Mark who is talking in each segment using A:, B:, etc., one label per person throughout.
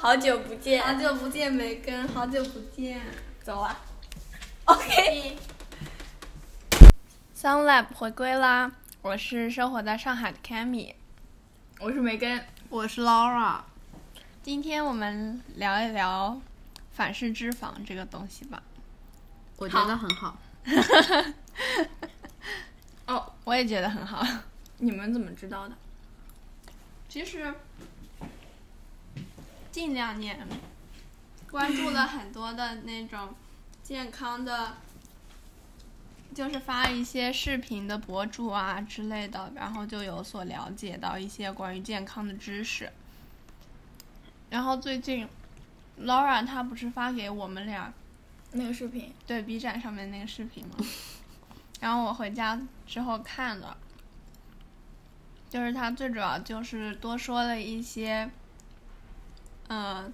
A: 好久不见，
B: 好久不见，梅根，好久不见。
A: 走啊。OK。
B: Sun Lab 回归啦！我是生活在上海的 Cammy，
A: 我是梅根，
C: 我是 Laura。
B: 今天我们聊一聊反式脂肪这个东西吧。
C: 我觉得很好。
A: 哦，
B: 我也觉得很好。
A: 你们怎么知道的？
B: 其实近两年关注了很多的那种健康的，就是发一些视频的博主啊之类的，然后就有所了解到一些关于健康的知识。然后最近，Laura 她不是发给我们俩
A: 那个视频，
B: 对 B 站上面那个视频嘛，然后我回家之后看了，就是他最主要就是多说了一些，呃，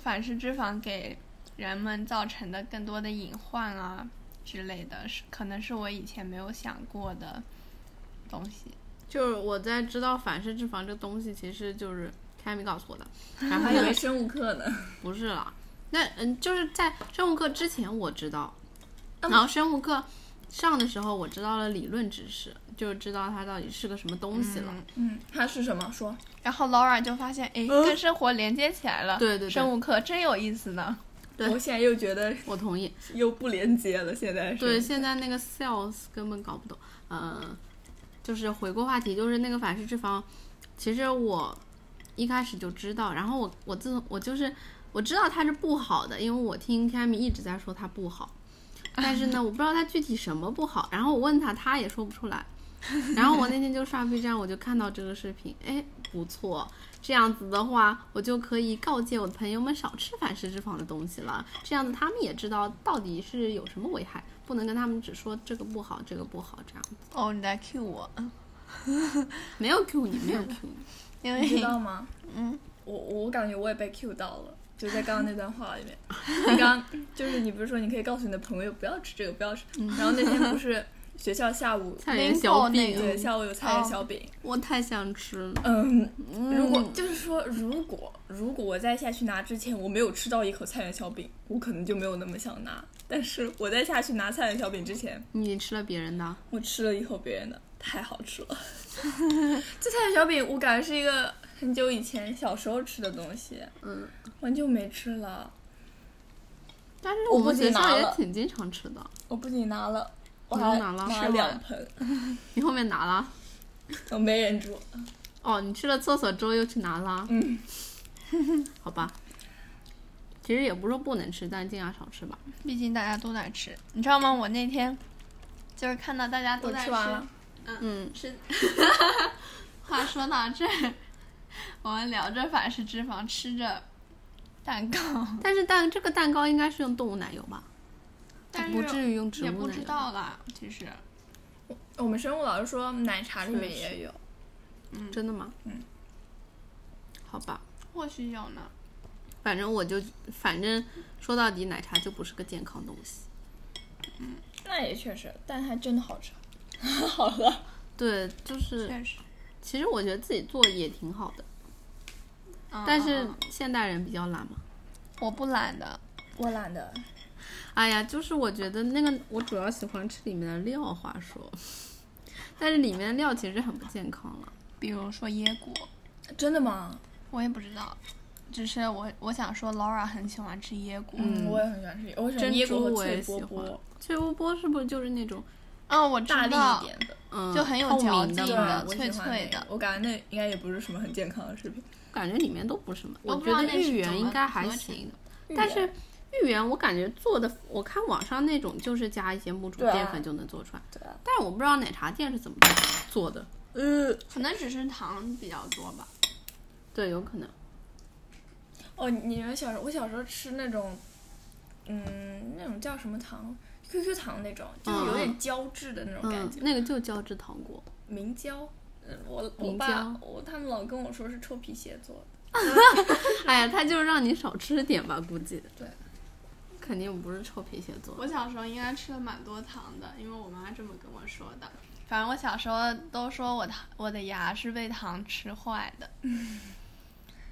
B: 反式脂肪给人们造成的更多的隐患啊之类的，是可能是我以前没有想过的东西。
C: 就是我在知道反式脂肪这个东西，其实就是 Cammy 告诉 我的，然后
A: 还以为生物课呢。
C: 不是啦，那嗯，就是在生物课之前我知道，
A: 嗯
C: 然后生物课上的时候我知道了理论知识，就知道它到底是个什么东西了。
A: 嗯，它是什么？说
B: 然后 Laura 就发现，哎，
A: 嗯
B: 跟生活连接起来了，
C: 对对对
B: 生物课真有意思呢。
C: 对
A: 我现在又觉得
C: 我同意。
A: 又不连接了，现在是。
C: 对，现在那个 sales 根本搞不懂。嗯、就是回过话题，就是那个反式脂肪，其实我一开始就知道，然后我我自从我就是我知道它是不好的，因为我听 Cammy 一直在说它不好，但是呢，我不知道它具体什么不好，然后我问他，他也说不出来。 然后我那天就刷 B 站，我就看到这个视频，哎，不错，这样子的话，我就可以告诫我的朋友们少吃反式脂肪的东西了。这样子他们也知道到底是有什么危害，不能跟他们只说这个不好，这个不好，这样子
B: 哦，你在 cue 我，
C: 没有 Q 你，没有 Q 你，
B: 因
A: 你知
B: 为
A: 道吗？
B: 嗯，
A: 我我感觉我也被 cue 到了，就在刚刚那段话里面。你刚就是你不是说你可以告诉你的朋友不要吃这个，不要吃。然后那天不是学校下午，
C: 菜园小
B: 那
A: 对
C: 饼，
A: 下午有菜园
B: 哦
A: 小饼。
C: 我太想吃了。
A: 嗯，如果就是说，如果如果我在下去拿之前我没有吃到一口菜园小饼，我可能就没有那么想拿。但是我在下去拿菜园小饼之前，
C: 你吃了别人的，
A: 我吃了一口别人的，太好吃了。 这菜园小饼我感觉是一个很久以前小时候吃的东西，
C: 嗯，
A: 很久没吃了。
C: 但是
A: 我
C: 我
A: 不
C: 们
A: 仅
C: 学
A: 拿
C: 校也
A: 了
C: 挺经常吃的。
A: 我不仅拿了，我
C: 你
A: 还
C: 又拿了
A: 拿
C: 是吗
A: 两盆，
C: 你后面拿了？
A: 我没忍住。
C: 哦，你去了厕所之后又去拿了？
A: 嗯，
C: 好吧。其实也不是说不能吃，但是尽量少吃吧。
B: 毕竟大家都在吃，你知道吗？我那天就是看到大家都
A: 我
B: 在
A: 吃完了，
C: 嗯，
B: 吃。 话说到这儿，我们聊着反式脂肪，吃着蛋糕，
C: 但是蛋这个蛋糕应该是用动物奶油吧？
B: 但
C: 不至
B: 是
C: 于用植
B: 也
C: 物
B: 不
C: 奶
B: 知
C: 油。
B: 道啦。其实
A: 我们生物老师说奶茶里面
C: 是
A: 也有，
C: 真的吗？
A: 嗯。
C: 好吧，
B: 或许有呢，
C: 反正我就反正说到底，奶茶就不是个健康东西。
A: 那也确实，但它真的好吃。 好了，
C: 对，就是
B: 确实。
C: 其实我觉得自己做也挺好的，
B: 嗯
C: 但是
B: 嗯嗯
C: 现代人比较懒嘛。
B: 我不懒的，
A: 我懒得。
C: 哎呀，就是我觉得那个我主要喜欢吃里面的料，话说， 但是里面的料其实很不健康了。
B: 比如说椰果，
A: 真的吗？
B: 我也不知道。只是我我想说，Laura 很喜欢吃椰果。
A: 嗯，我也很喜欢吃，我喜欢
C: 珍
A: 椰
C: 珠
A: 果和
C: 我
A: 脆
C: 也
A: 波
C: 喜
A: 波
C: 欢，，脆波波是不是就是那种
B: 嗯，我知
A: 大力
B: 道
A: 一，点的，
C: 嗯
B: 就很有
C: 透明
B: 嚼
C: 的
B: 劲
C: 嘛
B: 的
A: 我喜
B: 脆
A: 欢
B: 脆
A: 那个
B: 的
A: 我感觉那应该也不是什么很健康的食品。
C: 感觉里面都不是嘛。
B: 我
C: 我
B: 不知
C: 觉
B: 道
C: 得
B: 那是
C: 芋圆
B: 怎么
C: 应该还
B: 合成
C: 行，
A: 芋
C: 但
A: 圆
C: 是芋圆我感觉做的，我看网上那种就是加一些木薯
A: 对啊
C: 淀粉就能做出来，
A: 对啊，
C: 但是我不知道奶茶店是怎么做的。
A: 呃，
B: 可能只是糖比较多吧。
C: 对，有可能。
A: 哦，你们小时候，我小时候吃那种，嗯，那种叫什么糖？QQ 糖那种，就是有点胶质的那种感
C: 嗯
A: 觉，，
C: 那个就胶质糖果。
A: 明胶。嗯，我我
C: 明
A: 爸
C: 胶
A: 我他们老跟我说是臭皮鞋做的，
C: 哎呀，他就是让你少吃点吧，估计。
A: 对。
C: 肯定不是臭皮鞋做的。
B: 我小时候应该吃了蛮多糖的，因为我妈这么跟我说的。反正我 小时候都说我糖我的牙是被糖吃坏的，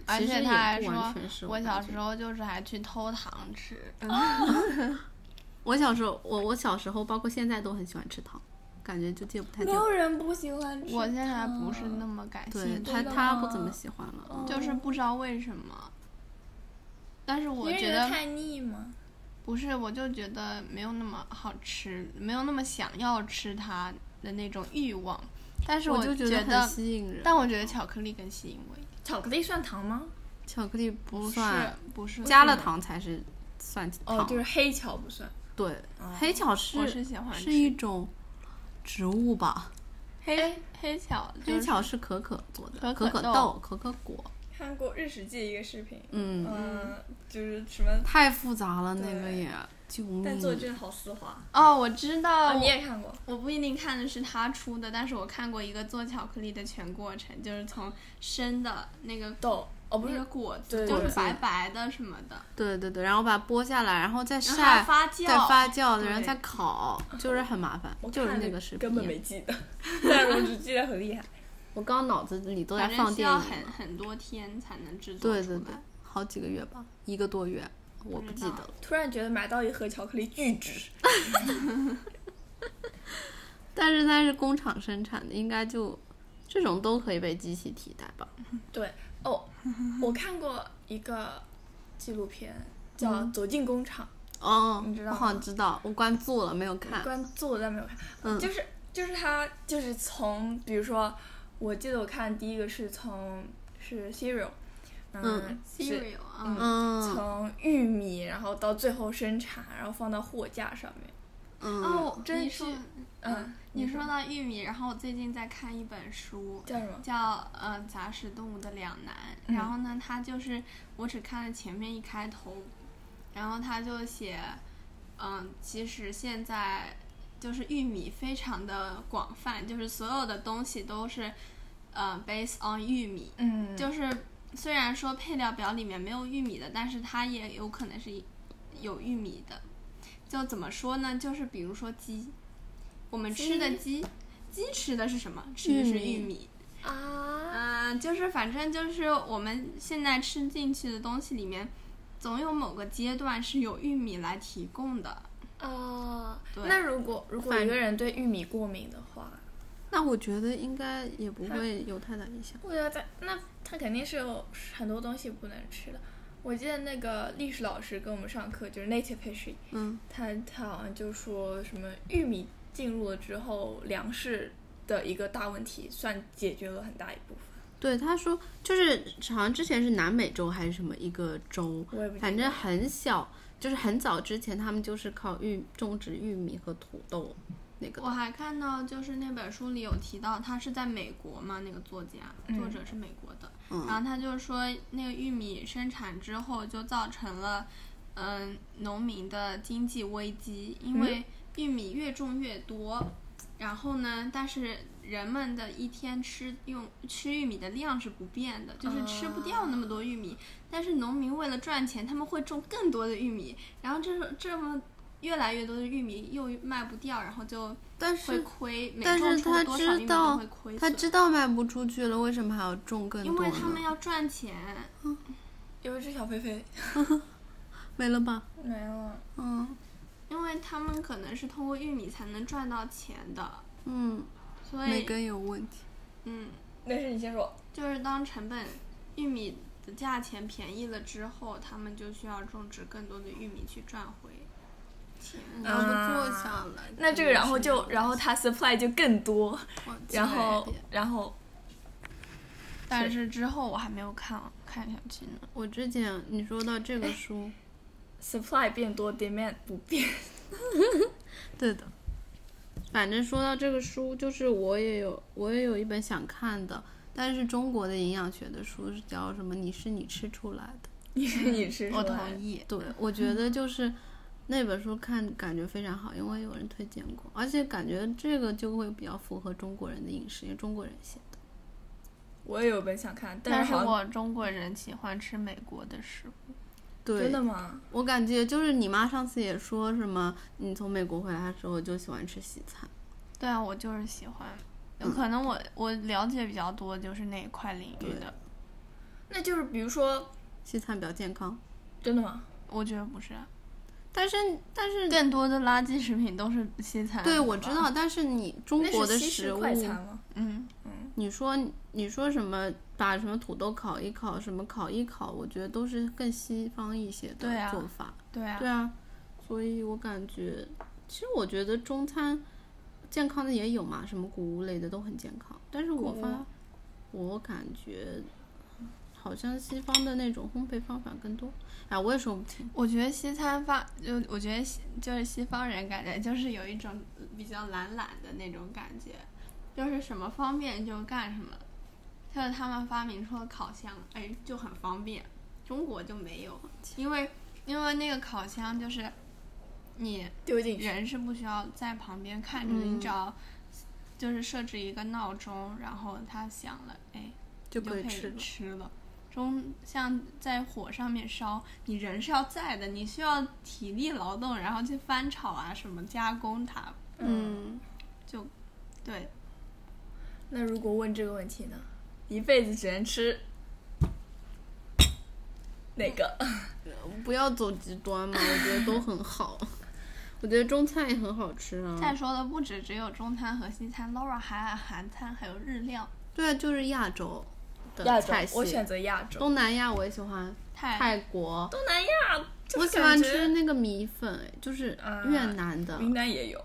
B: 而
C: 其实
B: 且
C: 也
B: 他还
C: 不完
B: 说
C: 全是
B: 我嗯
C: 感
B: 小
C: 觉
B: 时候就是还去偷糖吃，
C: 我小时候，我我小时候，包括现在都很喜欢吃糖，感觉就戒不太
A: 没
C: 掉
A: 有。人不喜欢吃。
B: 我现在还不是那么感
C: 对
B: 兴趣，
C: 他，
A: 真的
C: 他
A: 吗嗯
C: 不怎么喜欢了。
B: 就是不知道为什么。但是我
A: 因为
B: 觉
A: 得
B: 得
A: 太腻嘛。
B: 不是，我就觉得没有那么好吃，没有那么想要吃它的那种欲望。但是
C: 就
B: 觉
C: 觉很吸引人。
B: 但我觉得巧克力更吸引我一点，
A: 巧克力算糖吗？
C: 巧克力不
B: 不是
C: 算，
B: 不是
C: 加了，糖才是算糖。
A: 哦，就是啊黑巧不算。
C: 对，黑巧
B: 我
C: 是
B: 是喜欢吃
C: 是一种植物吧？
B: 黑黑巧，
C: 黑
B: 就是
C: 巧是可可做的，
B: 可
C: 可
B: 可豆
C: 豆、可可果。
A: 看过日食记一个视频，
C: 嗯，
A: 嗯，就是什么，
C: 太复杂了，那
A: 对
C: 个也救
A: 但做的
C: 命！
A: 真的好丝滑。
B: 哦，我知道，
A: 啊，你也看过？
B: 我不一定看的是他出的，但是我看过一个做巧克力的全过程，就是从生的那个
A: 豆哦，不
B: 那个
A: 是，
B: 果子，
A: 对
B: 就
C: 果
B: 是
C: 子
B: 白白的什么的，
C: 对对对，然后把它剥下来，然后再
B: 然后还要
C: 晒，
B: 发酵，
C: 再发酵，
B: 对
C: 然后再烤，就是很麻烦
A: 我。
C: 就是
A: 看
C: 那
A: 了
C: 个视频，
A: 根本没记得， 但我只记得很厉害。
C: 我刚脑子里都在
B: 反正
C: 放
B: 需
C: 电
B: 要
C: 影，
B: 很很多天才能制作
C: 对
B: 出
C: 对
B: 来。
C: 对，好几个月吧，一个多月，我
B: 不
C: 不
B: 知
C: 记
B: 道
C: 得了。
A: 突然觉得买到一盒巧克力巨值，
C: 但是它是工厂生产的，应该就这种都可以被机器替代吧？
A: 对哦，我看过一个纪录片叫《走进工厂
C: 哦，
A: 你知道
C: 我好像知道，我关注了，没有》，看。
A: 关注我但没有看，
C: 啊嗯
A: 就是就是他就是从比如说，我记得我看第一个是从是 cereal，嗯
C: 嗯，
A: 是
B: cereal 啊，
C: 嗯
A: 从玉米，然后到最后生产，然后放到货架上面。
C: 嗯，
B: 哦，真
A: 你
B: 是
A: 说，嗯，
B: 你说到玉米，然后我最近在看一本书，
A: 叫什么？
B: 叫呃《杂食动物的两难》，
A: 嗯
B: 然后呢，他就是我只看了前面一开头，然后他就写，嗯、其实现在就是玉米非常的广泛，就是所有的东西都是，呃，based on 玉米，
A: 嗯，
B: 就是虽然说配料表里面没有玉米的，但是它也有可能是有玉米的。就怎么说呢？就是比如说鸡，我们吃的鸡，鸡吃的是什么？吃的是玉
C: 玉米
B: 米。
A: 啊，
B: 嗯、就是反正就是我们现在吃进去的东西里面，总有某个阶段是有玉米来提供的。
A: 哦，
B: 对
A: 那如果如果
C: 反
A: 一个人对玉米过敏的话，
C: 那我觉得应该也不会有太大影响。
A: 我觉得在那他肯定是有很多东西不能吃的。我记得那个历史老师跟我们上课，就是 native history，
C: 嗯，
A: 他他好像就说什么玉米进入了之后，粮食的一个大问题算解决了很大一部分。
C: 对，他说就是好像之前是南美洲还是什么一个州，
A: 我也不记得
C: 反正很小，就是很早之前他们就是靠玉种植玉米和土豆那个
B: 我还看到，就是那本书里有提到，他是在美国嘛，那个作家、作者是美国的，然后他就说，那个玉米生产之后就造成了，嗯、农民的经济危机，因为玉米越种越多，然后呢，但是人们的一天吃用吃玉米的量是不变的，就是吃不掉那么多玉米，但是农民为了赚钱，他们会种更多的玉米，然后这这么。越来越多的玉米又卖不掉，然后就
C: 但
B: 会
C: 是
B: 亏，每
C: 但
B: 种
C: 是
B: 出
C: 他
B: 多少
C: 知
B: 玉米都
C: 道
B: 会亏
C: 他
B: 损，
C: 知道卖不出去了，为什么还要种更
B: 因
C: 多
B: 为他们
C: 呢？
B: 要赚钱。
A: 有一只小飞飞
C: 没了吧？
A: 没了，
C: 嗯
B: 因为他们可能是通过玉米才能赚到钱的，
C: 嗯，
B: 所
C: 每
B: 以
C: 根有问题。
B: 嗯，
A: 没事，你先说。
B: 就是当成本玉米的价钱便宜了之后，他们就需要种植更多的玉米去赚回钱。
C: 然后就坐下来。
A: 嗯啊那这个然后就然后它 supply 就更多，然后然后
B: 但是之后我还没有看看下去呢。
C: 我之前你说到这个
A: 哎
C: 书，
A: supply 变多，demand 不变。
C: 对的。反正说到这个书，就是我也有我也有一本想看的，但是中国的营养学的书是叫什么？你是你吃出来的。
A: 你是你吃出
B: 我
A: 来
B: 同意，
C: 对，我觉得就是那本书看感觉非常好，因为有人推荐过，而且感觉这个就会比较符合中国人的饮食，因为中国人写的。
A: 我也有本想看，
B: 但
A: 但
B: 是
A: 好像
B: 我中国人喜欢吃美国的食物。
C: 对
A: 真，的吗？
C: 我感觉就是你妈上次也说什么，你从美国回来的时候就喜欢吃西餐。
B: 对啊，我就是喜欢，有可能我我了解比较多就是那一块领域的。
A: 那就是比如说，
C: 西餐比较健康，
A: 真的吗？
B: 我觉得不是啊，
C: 但是但是
B: 更多的垃圾食品都是西餐。
C: 嗯对我知道，但是你中国
A: 那
C: 的
A: 是西式
C: 食物，
A: 快餐吗？
B: 嗯，
C: 你说你说什么把什么土豆烤一烤，什么烤一烤，我觉得都是更西方一些
B: 对
C: 的
B: 啊
C: 做法。
B: 对啊，
C: 对啊，所以我感觉，其实我觉得中餐健康的也有嘛，什么谷物类的都很健康。但是我
A: 谷物
C: 发，我感觉好像西方的那种烘焙方法更多。哎，我也说不清。
B: 我觉得西餐发就我觉得西就是西方人感觉就是有一种比较懒懒的那种感觉，就是什么方便就干什么，就是他们发明出了烤箱，哎，就很方便。中国就没有，因为因为那个烤箱就是你
A: 丢进去，
B: 人是不需要在旁边看着的，
C: 嗯
B: 你只要就是设置一个闹钟，然后它响了，哎，
C: 就
B: 你
C: 可以
B: 以
C: 吃了
B: 吃了。中像在火上面烧，你人是要在的，你需要体力劳动，然后去翻炒啊什么加工它。
C: 嗯，
B: 对，
A: 那如果问这个问题呢？一辈子只能吃哪个？
C: 不要走极端嘛，我觉得都很好。 我觉得中餐也很好吃
B: 再
C: 啊。
B: 说了，不止只有中餐和西餐，Laura 还爱韩餐，还有日料、
C: 对，就是亚洲的
A: 亚洲
C: 菜，系。
A: 我选择亚洲。
C: 东南亚我也喜欢，
B: 泰
C: 泰国。
A: 东南亚，
C: 我喜欢吃那个米粉，哎就是
A: 啊
C: 越南的，
A: 云南也有，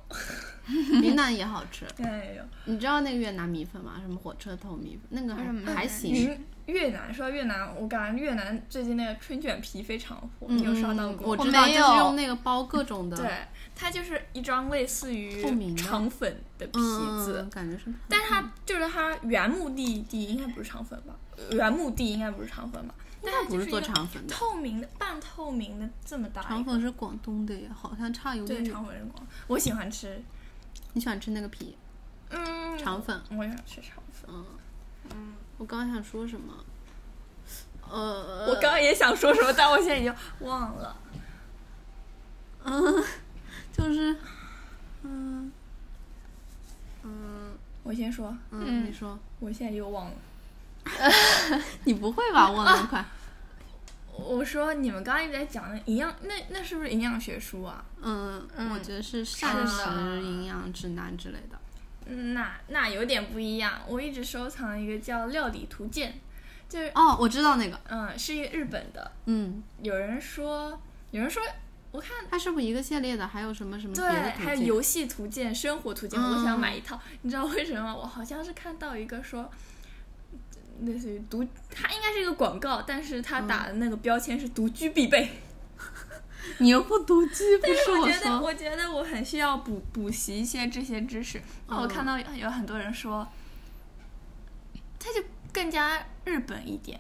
C: 云南也好吃。
A: 云南也有。
C: 你知道那个越南米粉吗？什么火车头米粉，那个
B: 为什么
C: 还还
B: 越南
C: 行。
A: 云越南，说到越南，我感觉越南最近那个春卷皮非常火，你有刷到
C: 嗯
A: 过？
C: 我
B: 我
C: 知道，
B: 没
C: 就
B: 有
C: 是用那个包各种的，
A: 对，它就是一张类似于
C: 透明的
A: 肠粉的皮
C: 嗯，
A: 子，
C: 感觉是。
A: 但是它就是它原目的地应该不是肠粉吧？呃原目的应该不是肠粉吧？
C: 应
A: 但
C: 该
A: 它
C: 不
A: 就是
C: 做
A: 一个
C: 肠粉的，
A: 透明的、半透明的这么大一
C: 肠
A: 个
C: 粉嗯是广东的耶，好像差有
A: 对
C: 点远。
A: 肠粉是光，我喜欢吃，
C: 你喜欢吃那个皮
A: 嗯，
C: 肠粉？
A: 我也想吃肠粉。
C: 嗯，我刚想说什么，呃，
A: 我刚刚也想说什么，但我现在已经忘了。
C: 嗯， 就是，嗯嗯
A: 我先说，
C: 嗯，你 说，
A: 我现在又忘了。
C: 你不会吧？忘了快，
A: 我说你们刚刚一直在讲那营养，那那是不是营养学书啊？
C: 嗯，我
B: 嗯
C: 觉得是膳
A: 是的
C: 食营养指南之类的。
A: 嗯那那有点不一样。我一直收藏一个叫《料理图鉴》，就是
C: 哦，我知道那个，
A: 嗯，是一个日本的。
C: 嗯，
A: 有人说，有人说，我看
C: 它是不是一个系列的？还有什么什么别
A: 对
C: 的，途
A: 还有
C: 径
A: 游戏图鉴、生活图鉴，
C: 嗯
A: 我想买一套。你知道为什么吗？我好像是看到一个说，类似于独，它应该是一个广告，但是它打
C: 嗯
A: 的那个标签是独居必备。
C: 你又不读机，不
A: 但
C: 是
A: 是我觉得，
C: 说，
A: 我觉得我很需要补补习一些这些知识。那我
C: 嗯
A: 看到有有很多人说，他就更加日本一点。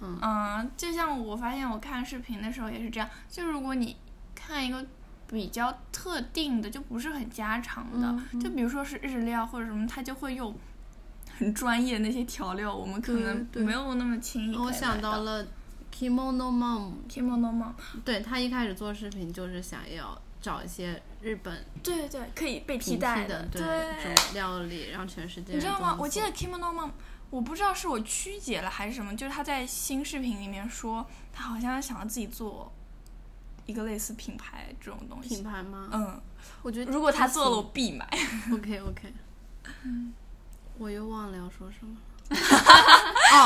C: 嗯
A: 就像我发现我看视频的时候也是这样，就如果你看一个比较特定的，就不是很家常的，
C: 嗯嗯
A: 就比如说是日料或者什么，他就会用很专业的那些调料，我们可能
C: 对对哦
A: 没有那么轻易可以买。
C: 我想到了 Kimono Mom，
A: kimono 吗？
C: 对他一开始做视频就是想要找一些日本
A: 对对，可以被替
C: 平
A: 代
C: 替的
A: 对。
C: 这种料理，让全世界
A: 你
C: 人
A: 知道
C: 都
A: 吗
C: 能？
A: 我记
C: 做
A: 得 Kimono Mom，我不知道是我曲解了还是什么，就是他在新视频里面说，他好像想要自己做一个类似品牌这种东
C: 品
A: 西。
C: 牌吗？
A: 嗯，
C: 我觉得
A: 如果他做了，我
C: 行
A: 必买。
C: OK OK，我嗯又忘了要说什么 了。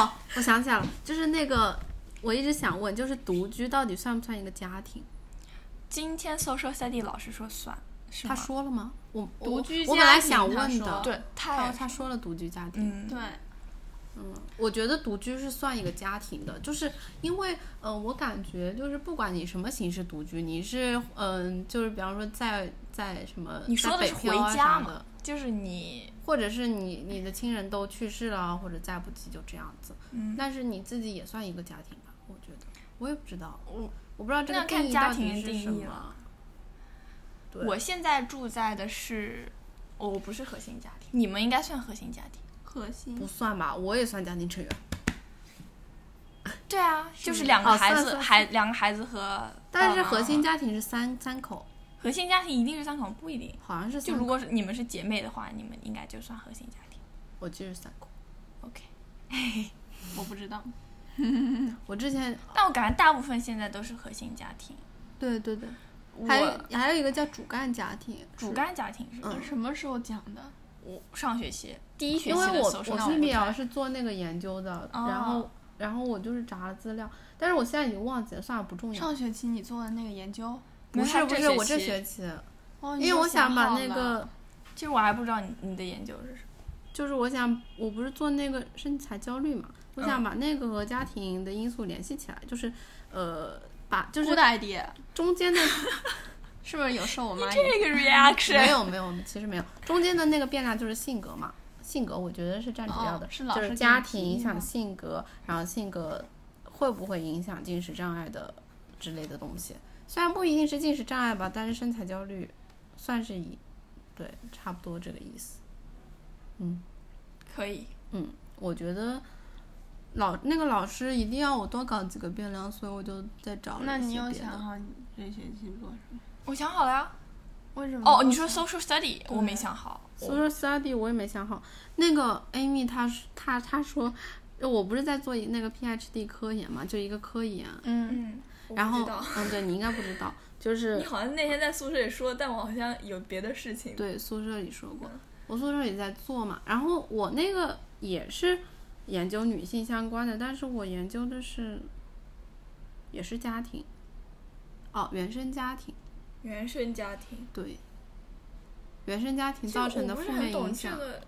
C: 哦，我想起来了，就是那个我一直想问，就是独居到底算不算一个家庭？
A: 今天 Social Study 老师说算，是
C: 他
A: 吗？
C: 说了吗？我我
B: 独居
C: 我本
B: 家
C: 来
B: 庭
C: 想
B: 他
C: 问
B: 说
C: 的，
B: 了
A: 对，他
C: 他
A: 也
C: 他说了独居家庭，
A: 嗯，
B: 对，
C: 嗯，我觉得独居是算一个家庭的，就是因为，嗯、我感觉就是不管你什么形式独居，你是，嗯、就是比方说在在什么，
A: 你说
C: 在
A: 的
C: 北
A: 是回
C: 漂啊
A: 家
C: 啥
A: 嘛
C: 的，
A: 就是你，
C: 或者是你你的亲人都去世了，或者再不济就这样子，
A: 嗯，
C: 但是你自己也算一个家庭吧，我觉得，我也不知道，我我不知道这
A: 嗯那
C: 个
A: 要看
C: 定义
A: 家
C: 到
A: 庭
C: 底
A: 的
C: 是
A: 定
C: 什
A: 义
C: 么
A: 了。嗯
C: 对
A: 我现在住在的是，哦我不是核心家庭，你们应该算核心家庭。
B: 核心
C: 不算吧，我也算家庭成员，
A: 对啊，就是
B: 吗
A: 两个
C: 哦
A: 孩
C: 算
A: 子，
C: 算
A: 孩两个孩子和
C: 但
A: 爸
C: 是
A: 妈
C: 核心家庭是三三口，
A: 核心家庭一定是三口，不一定。
C: 好像是
A: 就
C: 三口，
A: 如果是你们是姐妹的话，你们应该就算核心家庭。
C: 我记得是三口。
A: OK，
B: 我不知道，
C: 我之前
A: 但我感觉大部分现在都是核心家庭，
C: 对对对，还有
A: 我
C: 还有一个叫主干家庭，
A: 主干家庭是吧
C: 嗯
B: 什么时候讲的？
A: 我上学期第一学
C: 因
A: 期
C: 为
A: 的哦
C: 我
A: 搜
C: 我
A: 索
C: 那边也是做那个研究的，然后然后我就是查了资料，但是我现在已经忘记了，算了，不重要。
B: 上学期你做的那个研究，
C: 不
A: 没有
C: 是
A: 他
C: 不
A: 这
C: 是，
A: 学
C: 我这
A: 期
C: 学期，
B: 哦，你
C: 因为
B: 都
C: 我想把
B: 好
C: 那
B: 了
C: 个，
A: 其实我还不知道你你的研究是什么。
C: 就是我想，我不是做那个身材焦虑嘛，我想
A: 嗯
C: 把那个和家庭的因素联系起来，就是呃，把就
B: 就是是 idea，
C: 中 间的
B: 是不是有受我妈影响？
A: 这个
C: 没
A: reaction
C: 有没有，其实没有，中间的那个变量就是性格嘛，性格我觉得是占主要的，
B: 哦是老师
C: 就
B: 给
C: 是
B: 你
C: 家
B: 提
C: 庭影
B: 的
C: 响
B: 吗
C: 性格，然后性格会不会影响进食障碍的之类的东西。虽然不一定是进食障碍吧，但是身材焦虑算是一，对，差不多这个意思。
A: 可以，
C: 嗯，我觉得老那个老师一定要我多搞几个变量，所以我就在找了
B: 那
C: 一
B: 你
C: 些
B: 有
C: 别的
B: 想好你这学期做什么？
A: 我想好了呀。
B: 为什么？
A: 哦，你说 social study，我没想好。我
C: social study 我也没想好。那个 Amy 她说她她说，我不是在做那个 PhD 科研嘛，就一个科研。
B: 嗯，
A: 嗯，我不
C: 然后
A: 知道，
C: 嗯，对你应该不知道，就
A: 你
C: 是
A: 好像那天在宿舍里说，但我好像有别的事情。
C: 对宿舍里说过
A: 嗯，
C: 我宿舍里在做嘛。然后我那个也是研究女性相关的，但是我研究的是也是家庭，哦，原生家庭，
A: 原生家庭
C: 对，原生家庭造成的
A: 其
C: 负
A: 实我不是
C: 面
A: 很懂
C: 影
A: 这
C: 响。
A: 个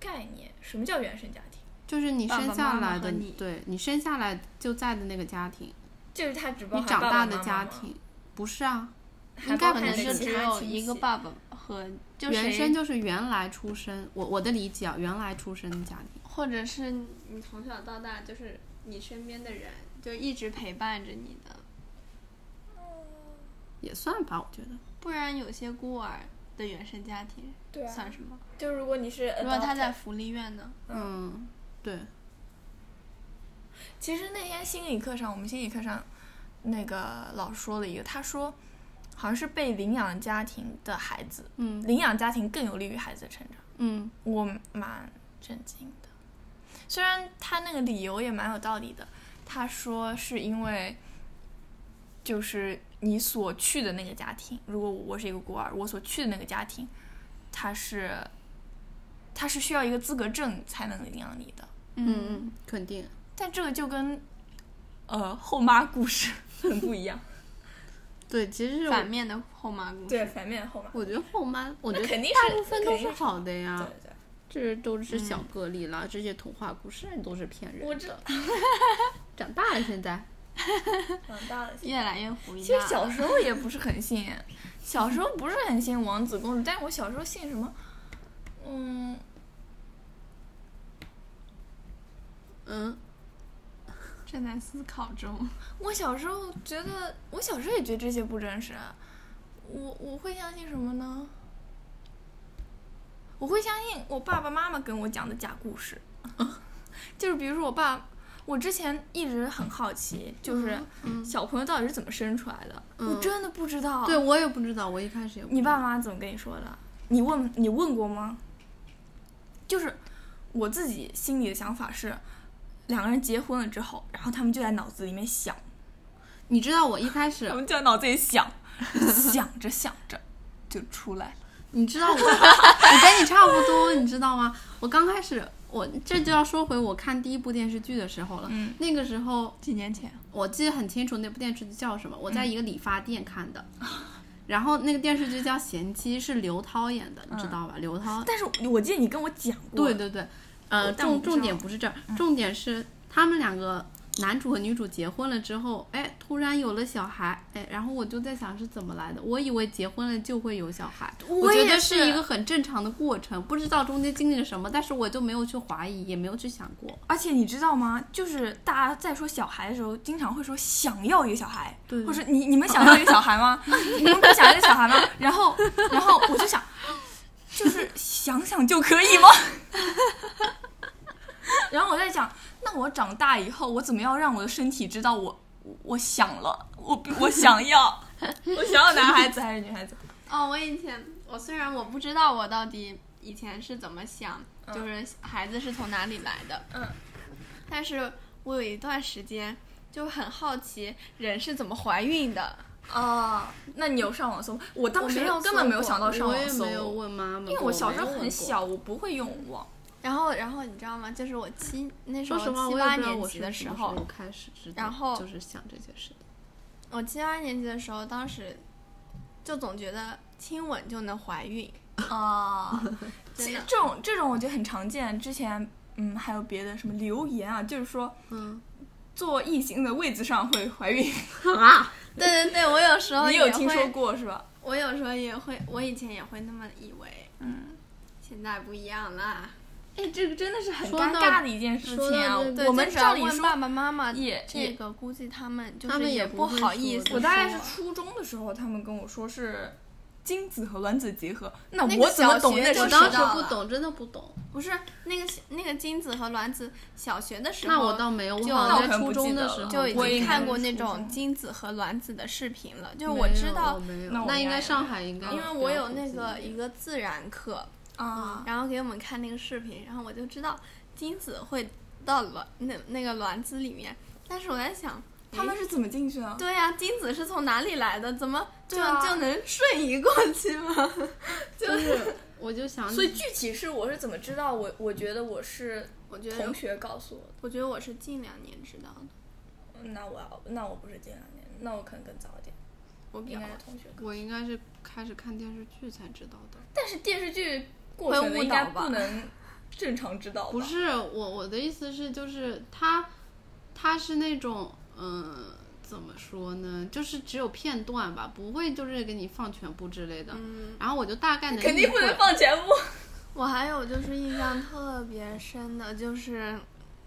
A: 概念，什么叫原生家庭？
C: 就是你
B: 爸
C: 生
B: 爸
C: 下
B: 妈妈
C: 来
B: 和
C: 的，
B: 你
C: 对你生下来就在的那个家庭，
A: 就是他只包
C: 你
A: 含
C: 长
A: 爸
C: 大
A: 爸
C: 的
A: 妈妈
C: 家
A: 吗，
C: 庭，不是啊？
A: 还
C: 应
A: 包
C: 该
B: 可
C: 不
B: 能
A: 含了
C: 是
B: 是
A: 其
B: 只
A: 他
B: 有
A: 亲
B: 一个
A: 戚
B: 爸爸和就
C: 原
B: 谁
C: 生就是原来出生，我我的理解啊，原来出生的家庭，
B: 或者是你从小到大就是你身边的人就一直陪伴着你的，
C: 也算吧，我觉得。
B: 不然有些孤儿的原生家庭
A: 对啊
B: 算什么？
A: 就如果你是
B: 如果他
A: adopted
B: 在福利院呢？
C: 嗯，对，
A: 其实那天心理课上，我们心理课上那个老师说了一个，他说好像是被领养家庭的孩子，
C: 嗯
A: 领养家庭更有利于孩子的成长，
C: 嗯，
A: 我蛮震惊的。虽然他那个理由也蛮有道理的，他说是因为就是你所去的那个家庭，如果我是一个孤儿，我所去的那个家庭，他是他是需要一个资格证才能领养你的。
C: 嗯嗯，肯定。
A: 但这个就跟呃后妈故事很不一样，
C: 对，其
A: 嗯
C: 实我
B: 反面的后妈故事。
A: 对，反面后妈，
C: 我觉得后妈，我觉得
A: 肯定
C: 大
A: 是
C: 部分都
A: 肯
C: 是
A: 定是
C: 好的呀，嗯
A: 对。
C: 这都是小个例啦，这些童话故事都是骗人。
A: 我知道，
C: 长大了现在，
A: 长大了。
B: 越来越胡
A: 其
B: 一
A: 实
B: 大，
A: 小时候也不是很信，小时候不是很信王子公主，但是我小时候信什么？嗯，
C: 嗯，
B: 正在思考中。
A: 我小时候觉得，我小时候也觉得这些不真实啊。我我会相信什么呢？我会相信我爸爸妈妈跟我讲的假故事， 就是比如说我爸，我之前一直很好奇，就是小朋友到底是怎么生出来的，我
C: 嗯
A: 真的不知道。
C: 对，我也不知道，我一开始也不
A: 哦你
C: 知
A: 爸
C: 道
A: 妈怎么跟你说的？你问你问过吗？就是我自己心里的想法是，两个人结婚了之后，然后他们就在脑子里面想。
C: 你知道我一开 始
A: 我们就在脑子里想，想着想着就出来了。
C: 你知道我，我跟你差不多，你知道吗？我刚开始，我这就要说回我看第一部电视剧的时候了。
A: 嗯，
C: 那个时候
B: 几年前，
C: 我记得很清楚，那部电视剧叫什么？我在
A: 嗯
C: 一个理发店看 的。然后那个电视剧叫《贤妻》，是刘涛演的，
A: 嗯
C: 你知道吧？刘涛，
A: 但是我记得你跟我讲过，
C: 对对对，呃，
A: 但我
C: 重
A: 不知道嗯
C: 重点不是这儿，重点是他们两个男主和女主结婚了之后，哎，突然有了小孩，哎，然后我就在想是怎么来的，我以为结婚了就会有小孩，
A: 我
C: 觉
A: 也
C: 得
A: 是
C: 一个很正常的过程，不知道中间经历了什么，但是我就没有去怀疑，也没有去想过，
A: 而且你知道吗？就是大家在说小孩的时候，经常会说想要一个小孩，
C: 对
A: 或者说你你们想要一个小 孩吗？你们不想要一个小孩吗？然后然后我就想，就是想想就可以吗？ 然后我在想，那我长大以后，我怎么样让我的身体知道我我我想了，我我想要，我想要男孩子还是女孩 子？
B: 哦，我以前我虽然我不知道我到底以前是怎么想，就是孩子是从哪里来的，
A: 嗯，
B: 但是我有一段时间就很好奇人是怎么怀孕的，
A: 啊，那你有上网搜？我当时
C: 我没有
A: 根本没有
C: 搜过
A: 想到上
C: 我
A: 网
C: 也
A: 搜，
C: 没有问妈妈过，
A: 因为我小时候
C: 没有
A: 很
C: 问过。
A: 小，我不会用网。
B: 然后然后你知道吗？就是我七那时
C: 说
B: 候
C: 实话，
B: 七
C: 我也
B: 八
C: 不知道
B: 年
C: 我
B: 级
C: 是
B: 的
C: 什
B: 时
C: 么
B: 候，
C: 开始知道，
B: 然后
C: 就是想这件事的。
B: 我七八年级的时候，当时就总觉得亲吻就能怀孕，
A: 啊，
B: 哦真
A: 这
B: 的
A: 这种这种我觉得很常见。之前嗯，还有别的什么留言啊，就是说
C: 嗯
A: 坐异性的位子上会怀孕，
C: 啊，
B: 对对对，我有时候
A: 你
B: 哦也
A: 有听说
B: 会？
A: 过是吧？
B: 我有时候也会，我以前也会那么以为，
A: 嗯，
B: 现在不一样啦。
A: 哎，这个真的是很
C: 说
A: 尴
C: 到
A: 尬的一件事
C: 说
A: 情啊
C: 到这。个
B: 对
A: 我们
B: 这只要
A: 照理
B: 问
A: 说
B: 爸爸妈妈
A: 也
B: 这个，估计他们就
C: 他
B: 是
C: 们也
B: 不
C: 不会
B: 好意
C: 说
B: 思
C: 的
B: 说。
A: 我大概是初中的时候，他们跟我说是精子和卵子结合，那
B: 那个
A: 我怎么
B: 小
A: 懂
B: 学就
A: 那
B: 是
C: 哎我
A: 什
B: 知道
C: 当
A: 么？啊
C: 时不
B: 了
C: 懂，真的不懂。
B: 不是那个那个精子和卵子，小学的时候
C: 那我倒没有，
B: 就
C: 好
A: 那我
C: 像
A: 可
C: 在
A: 能
C: 初
A: 不记
C: 中
A: 得
C: 的
A: 了
C: 时候
B: 就已
A: 我也
B: 经看
A: 应该
B: 过
A: 是
B: 那
A: 初
B: 种
A: 中
B: 精子和卵子的视频了，就是
C: 没
B: 我知
C: 有
B: 道
C: 我，没有
A: 那我
C: 那应
A: 应
C: 该
A: 该
C: 上海应该，
B: 因为我有那个一个自然课，
A: 啊，
B: 然后给我们看那个视频，然后我就知道精子会到卵那那个卵子里面，但是我在想，
A: 他们
B: 诶
A: 是怎么进去的？
B: 对呀、精子是从哪里来的？怎么就、
A: 对啊
B: 就能瞬移过去吗？
C: 就是，我就想，
A: 所以具体是我是怎么知道？我我觉得我是
B: 我觉得
A: 同，学告诉我的。
B: 我觉得我是近两年知道的，
A: 那我要，那我不是近两年，那我可能更早一点，
B: 我
A: 应
B: 应
A: 该
B: 该
A: 我同学告诉我。
C: 我应该是开始看电视剧才知道的。
A: 但是电视剧过程的应该不能正常知道吧？
C: 不是我我的意思是，就是他他是那种嗯、怎么说呢？就是只有片段吧，不会就是给你放全部之类的。
B: 嗯，
C: 然后我就大概能
A: 肯定不
C: 意
A: 能
C: 会
A: 放全部。
B: 我还有就是印象特别深的，就是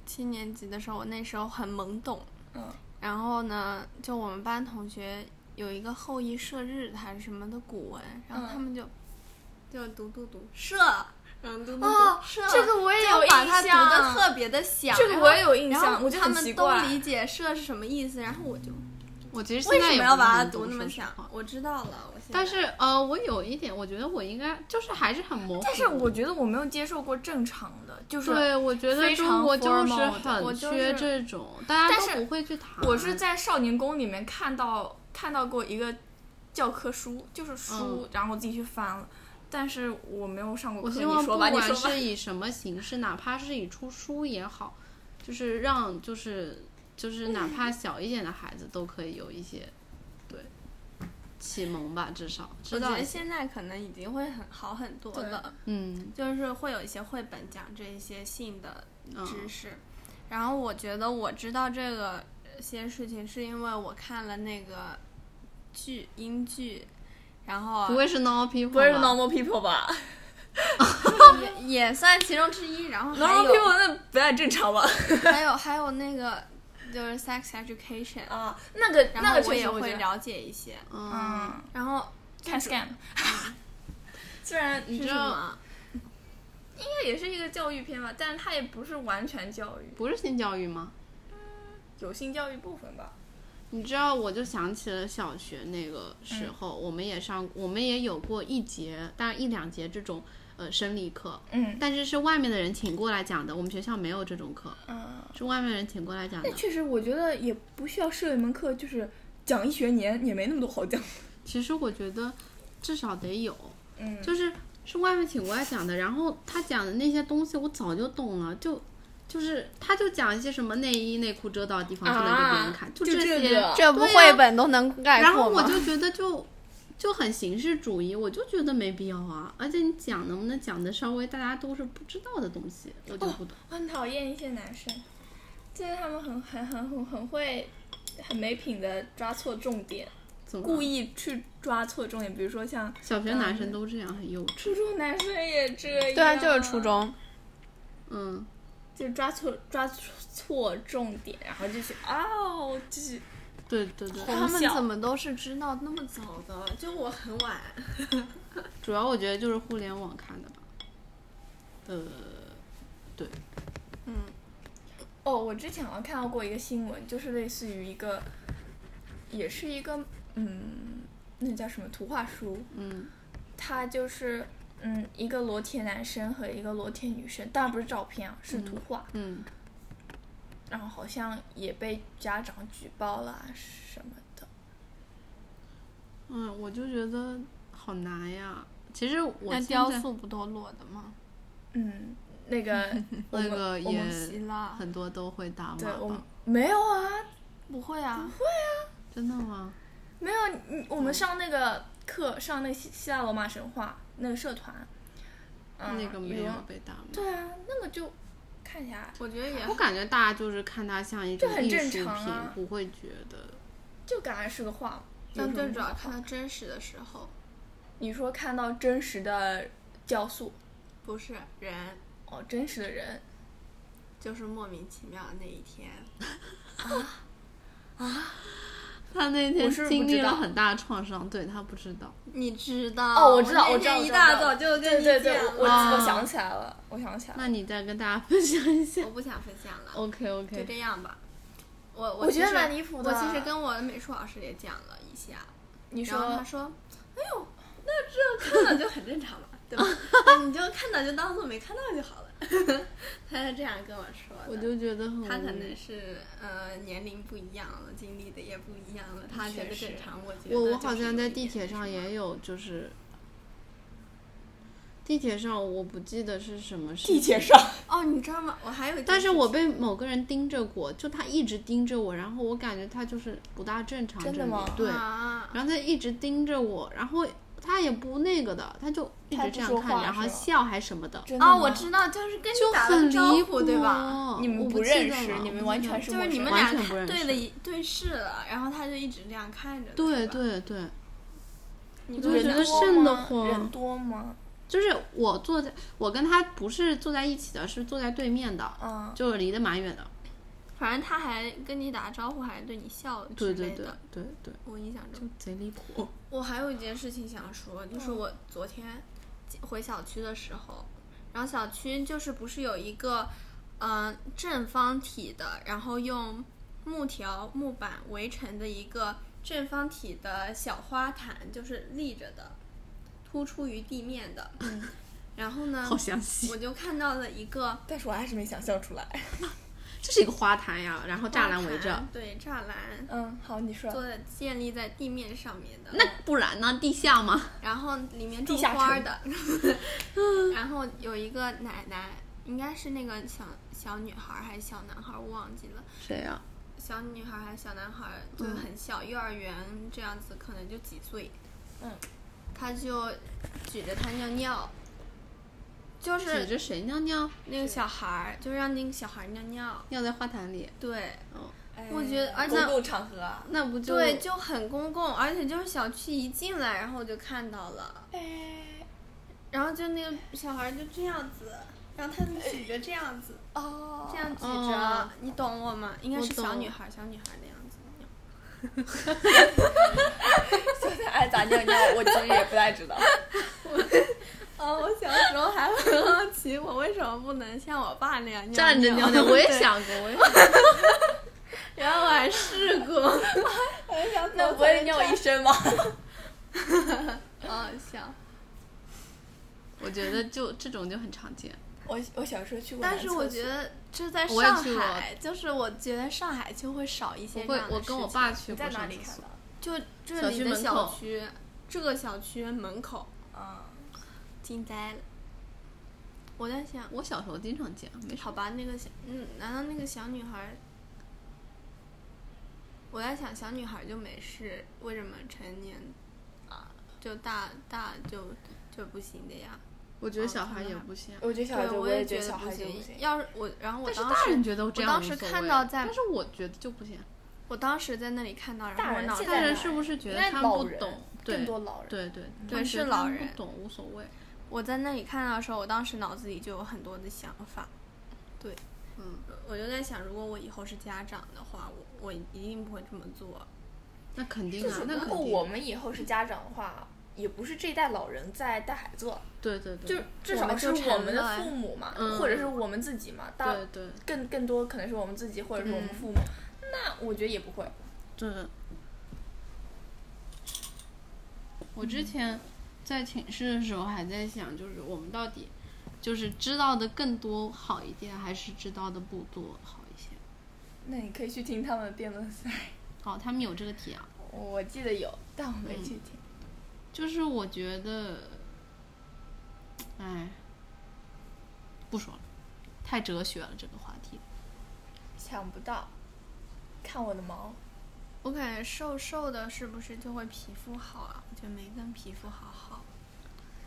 B: 七年级的时候，我那时候很懵懂，
A: 嗯，
B: 然后呢，就我们班同学有一个后羿射日还是什么的古文，然后他们就、
A: 嗯
B: 就读读读射，然后读读读、
A: 啊
B: 射，
A: 哦这个我也有
B: 就把它
A: 印象
B: 读的特别的响，
A: 这个我也有印
B: 然后
A: 象
B: 然后
A: 我就
B: 他
A: 很
B: 们
A: 奇
B: 都
A: 怪
B: 理解射是什么意思，然后我就
C: 我其实
B: 为
C: 现在
B: 什
C: 也
B: 么
C: 不
B: 要
C: 是
B: 把它
C: 很
B: 读
C: 懂
B: 那么
C: 说实
B: 响
C: 话？
B: 我知道了，我现在
C: 但是呃，我有一点，我觉得我应该就是还是很模糊。
A: 但是我觉得我没有接受过正常的，就是
C: 对，我觉得
A: 非
C: 中
A: 常
C: 国就是很
A: formal 的我就是
C: 缺这种，大家
A: 但
C: 都
A: 是
C: 不会去谈。
A: 我是在少年宫里面看到看到过一个教科书，就是书，然后我自己去翻了，但是嗯我没有上过
C: 我
A: 课。
C: 希望
A: 你
C: 不
A: 说吧，你
C: 管
A: 说吧。
C: 是以什么形式，哪怕是以出书也好，就是让就是就是哪怕小一点的孩子都可以有一些对启蒙吧，至少
B: 我觉
C: 知道
B: 得
C: 一些。
B: 现在可能已经会很好很多
A: 对
B: 了。
C: 嗯
B: 就是会有一些绘本讲这一些性的
C: 嗯
B: 知识，然后我觉得我知道这个呃些事情是因为我看了那个剧英剧，然
C: 不
B: 后
C: 会是 normal people
A: 不是
C: 吧
A: normal people 吧
B: 也也算其中之一，然后还
A: ？normal
B: 有
A: people 那不太正常吧？
B: 还有还有那个就是 sex education，
A: 啊，那个
B: 然
A: 那
B: 后
A: 个
B: 我
A: 确
B: 也
A: 实我
B: 会
A: 觉得，
B: 了解一些，
C: 嗯，
A: 嗯，
B: 然后
A: 看 scam。虽然你
B: 是
A: 知
B: 什
A: 道，
B: 么？啊
A: 应该也是一个教育片吧，但是它也不是完全教育，
C: 不是性教育吗？
A: 有性教育部分吧。
C: 你知道，我就想起了小学那个时
A: 嗯
C: 候，我们也上，我们也有过一节，大概一两节这种呃生理课，
A: 嗯
C: 但是是外面的人请过来讲的，我们学校没有这种课，
A: 嗯，
C: 是外面人请过来讲的
A: 但。确实我觉得也不需要设一门课，就是讲一学年也没那么多好讲。
C: 其实我觉得至少得有，
A: 嗯，
C: 就是是外面请过来讲的，然后他讲的那些东西我早就懂了，就就是他就讲一些什么内衣内裤遮到的地方不能给别人看，
A: 啊就
C: 这
A: 这
C: 些，
A: 个
B: 这不
C: 对呀
B: 绘本都能概括
C: 然后我
B: 吗
C: 就觉得就就很形式主义，我就觉得没必要啊，而且你讲能不能讲的稍微大家都是不知道的东西，我就不懂。
A: 我很讨厌一些男生，就是他们很很很很很会。很没品的抓错重点，
C: 怎么了
A: 故意啊去抓错重点，比如说像
C: 小学男生都这样很幼稚，
A: 初中男生也这样，
B: 对啊，就是初，中。
C: 嗯，
A: 就抓错抓错重点，然后就去哦，就是
C: 对对对，
B: 哎他
A: 红
B: 们
A: 校
B: 怎么都是知道那么早的？就我很晚。
C: 主要我觉得就是互联网看的吧，呃，
B: 嗯，
A: 哦，我之前好像看到过一个新闻，就是类似于一个，也是一个，嗯，那叫什么图画书，
C: 嗯。
A: 它就是，嗯，一个裸体男生和一个裸体女生，当然不是照片啊，是图画，
C: 嗯，
A: 然后好像也被家长举报了啊什么的。
C: 嗯，我就觉得好难呀。其实我
B: 那
C: 现
B: 雕
C: 在
B: 塑不都裸的吗？
A: 嗯，那个我
C: 那
A: 们
C: 个
B: 我
C: 也
B: 们希腊
C: 很多都会打
A: 对
C: 码
A: 我们
C: 吧？
A: 没有啊，
B: 不会啊，
C: 真的吗？
A: 没有，你我
C: 嗯
A: 们上那个课上那个希希腊罗马神话那个社团，嗯、
C: 那个没有
A: 文
C: 被打码。
A: 对啊，那个就看起来
B: 我觉得也
C: 我感觉大家就是看它像一
A: 这
C: 种
A: 很
C: 艺
A: 正
C: 术品
A: 常啊，
C: 不会觉得。
A: 就感觉是个画。
B: 但最
A: 对
B: 主要看它真实的时候，
A: 你说看到真实的雕塑
B: 不是人，
A: 哦，真实的人
B: 就是莫名其妙的那一天。
C: 他那
A: 我
C: 天
A: 是不
C: 经
A: 知
C: 历了
A: 道
C: 很大创伤，对他不知道。
B: 你知道？
A: 哦，我知道，
B: 那
A: 我知道，
B: 天
A: 我
B: 一
A: 知
B: 大
A: 道
B: 早就跟
A: 对
B: 你
A: 对对，
B: 讲
A: 我
B: 了
A: 我我
C: 啊
A: 想起来了，我想起来了。
C: 那你再跟大家分享一下
B: 我。不想分享了。
C: OK
B: 就
C: OK，
B: 这样吧。我我
A: 我
B: 其
A: 觉得
B: 实
A: 蛮离谱的
B: 我其实跟我的美术老师也讲了一下，
A: 你
B: 然后
A: 说
B: 他说：“哎呦，那这看到就很正常嘛，对吧？那你就看到就当做没看到就好了。” 他是这样跟我说的。
C: 我就觉得很
B: 他可
C: 无语
B: 能是呃年龄不一样了，经历的也不一样了，他觉得
A: 确实
B: 正常，我觉得
C: 我我
B: 就是
C: 好像
B: 有
C: 在
B: 一
C: 地
B: 点
C: 铁上
B: 是吗
C: 也有，就是地铁上我不记得是什么事情，
A: 地铁上，
B: 哦，你知道吗？我还有一件事情，
C: 但是我被某个人盯着过，就他一直盯着我，然后我感觉他就是不大正常这
A: 真
C: 里，
A: 的吗
C: 对，
B: 啊，
C: 然后他一直盯着我，然后他也不那个的，他就一
A: 他
C: 直
A: 不
C: 这样
A: 说
C: 看，
A: 话
C: 然后
A: 是吧
C: 笑还什么的，
A: 真的
B: 哦，
A: 吗
B: 我知道，就是跟你
C: 就
B: 打了
C: 很
B: 个招
C: 离
B: 呼，
C: 谱，
B: 对吧？
A: 你们
C: 我
A: 不
C: 不记
A: 认
C: 得
A: 识
C: 了
A: 你们
C: 我不
A: 完
C: 记
A: 全
C: 得
A: 是
C: 了
B: 就是你们
C: 完
B: 俩
C: 全不
B: 看
C: 认
B: 对
C: 识
B: 了一对视了，然后他就一直这样看着。
C: 对
B: 吧，
C: 对对，
B: 你
C: 我
B: 就觉
C: 就觉
A: 人
B: 得
C: 得
A: 多
C: 瘆得
A: 吗
C: 慌
A: 人多吗？
C: 就是我坐在我跟他不是坐在一起的，是坐在对面的，
A: 嗯，
C: 就是离得蛮远的，
B: 反正他还跟你打招呼，还对你笑之
C: 对
B: 类
C: 对
B: 的。
C: 对对对，
B: 我印象中
C: 就，贼离谱。
B: 我还有一件事情想说，
C: 嗯
B: 就是我昨天回小区的时候，然后小区就是不是有一个嗯、呃正方体的，然后用木条、木板围成的一个正方体的小花坛，就是立着的，突出于地面的。然后呢
C: 嗯好，详细
B: 嗯我，就看到了一个。
A: 但是我还是没想象出来。
C: 这是一个花坛呀，然后栅栏围
B: 花
C: 着
B: 坛，对，栅栏
A: 嗯，好，你说
B: 做的建立在地面上面的，
C: 那不然呢？地下吗？
B: 然后里面
A: 地
B: 种
A: 下
B: 花
A: 城
B: 的， 然后有一个奶奶，应该是那个小小女孩儿还是小男孩儿，我忘记了，
C: 谁呀？
B: 小女孩儿还是小男孩儿，就是很小，幼儿园这样子，可能就几岁，
A: 嗯，
B: 他就举着他尿尿，就
C: 指
B: 是
C: 着谁尿尿？
B: 那个小孩儿，就让那个小孩儿尿尿，
C: 尿在花坛里，哦
B: 对，
A: 我
B: 我觉得而且
A: 哎公共场合啊，
C: 那不就
B: 对，就很公共，而且就是小区一进来，然后我就看到了，
A: 哎，
B: 然后就那个小孩就这样子，然后他就举着这样子，
A: 哦，
B: 这样举着，
C: 哦
B: 你懂我吗？应该
C: 我
B: 是小
C: 懂
B: 女孩，小女孩的样子。
A: 子 爱咋尿尿，我其实也不太知 道。啊
B: 哦，我小时候 还很好奇，我为什么不能像我爸那样尿
C: 站着尿 尿？我也，想过，我也想
B: 对然后我还试 过，
A: 那不会尿一身 吗？
B: 好好笑。
C: 我觉得就这种就很常见。
A: 我我小时候去过男
B: 但
A: 厕
B: 是
A: 所，
B: 我觉得这在
C: 我也
B: 上
C: 去过
B: 海，就是我觉得上海就会少一些
C: 我
B: 这
C: 会
B: 样，的
C: 我跟我
B: 事情
C: 爸去
A: 你
C: 过
A: 在哪
C: 上
A: 里
C: 厕
A: 看
C: 所
A: 到，？
B: 就这
C: 小
B: 里
C: 区
B: 的
C: 门
B: 小
C: 口
B: 区，这个小区门口
A: 嗯，
B: 惊呆了。我在想，
C: 我小时候经常见，没啥。
B: 好吧，那个小，嗯，难道那个小女孩儿？我在想，小女孩儿就没事，为什么成年啊就大大就就不行的呀？
C: 我觉得
B: 哦
C: 小
B: 可
C: 孩
B: 能
C: 也
B: 还
C: 不行。
A: 我觉得小
B: 对，
A: 孩啊就
B: 我
A: 也
B: 觉
A: 得小
B: 不
A: 孩就
B: 行
A: 行。。
B: 要是我，然后我
C: 但是
B: 当
C: 大人
B: 时，
C: 觉得我这
B: 我
C: 样
B: 当
C: 无
B: 时
C: 所
B: 看
C: 谓
B: 到在
C: 但是我觉得就不行。
B: 我当时在那里看到，然
A: 大
B: 后我
A: 人
B: 脑
A: 现
B: 袋
A: 在
C: 大人
A: 来
C: 是不是觉得
A: 因为
C: 他
A: 老
C: 们不
A: 人
C: 懂？
A: 更
C: 对
A: 多老人，
C: 对对
B: 对是老人
C: 不懂无所谓。
B: 我在那里看到的时候，我当时脑子里就有很多的想法，对，
C: 嗯，
B: 我就在想，如果我以后是家长的话，我我一定不会这么做。
C: 那肯定
A: 就
C: 啊
A: 是，
C: 那
A: 如
C: 肯
A: 果
C: 定。
A: 我们以后是家长的话，也不是这一代老人在带孩子了，
C: 对对对，
A: 就至
B: 我
A: 少
B: 们
A: 是
B: 就
A: 我
B: 成
A: 们的
B: 了
A: 父母嘛，
C: 嗯
A: 或者是我们自己嘛，大
C: 对对
A: 更更多可能是我们自己或者是我们
B: 嗯
A: 父母。那我觉得也不会，
C: 对。我之前在寝室的时候还在想，就是我们到底就是知道的更多好一点，还是知道的不多好一些？
A: 那你可以去听他们的辩论赛，
C: 哦，他们有这个题啊。
A: 我记得有，但我没
C: 嗯
A: 去听。
C: 就是我觉得，哎，不说了，太哲学了这个话题。
A: 想不到，看我的毛，
B: 我感觉瘦瘦的是不是就会皮肤好啊？我觉得梅根皮肤好好，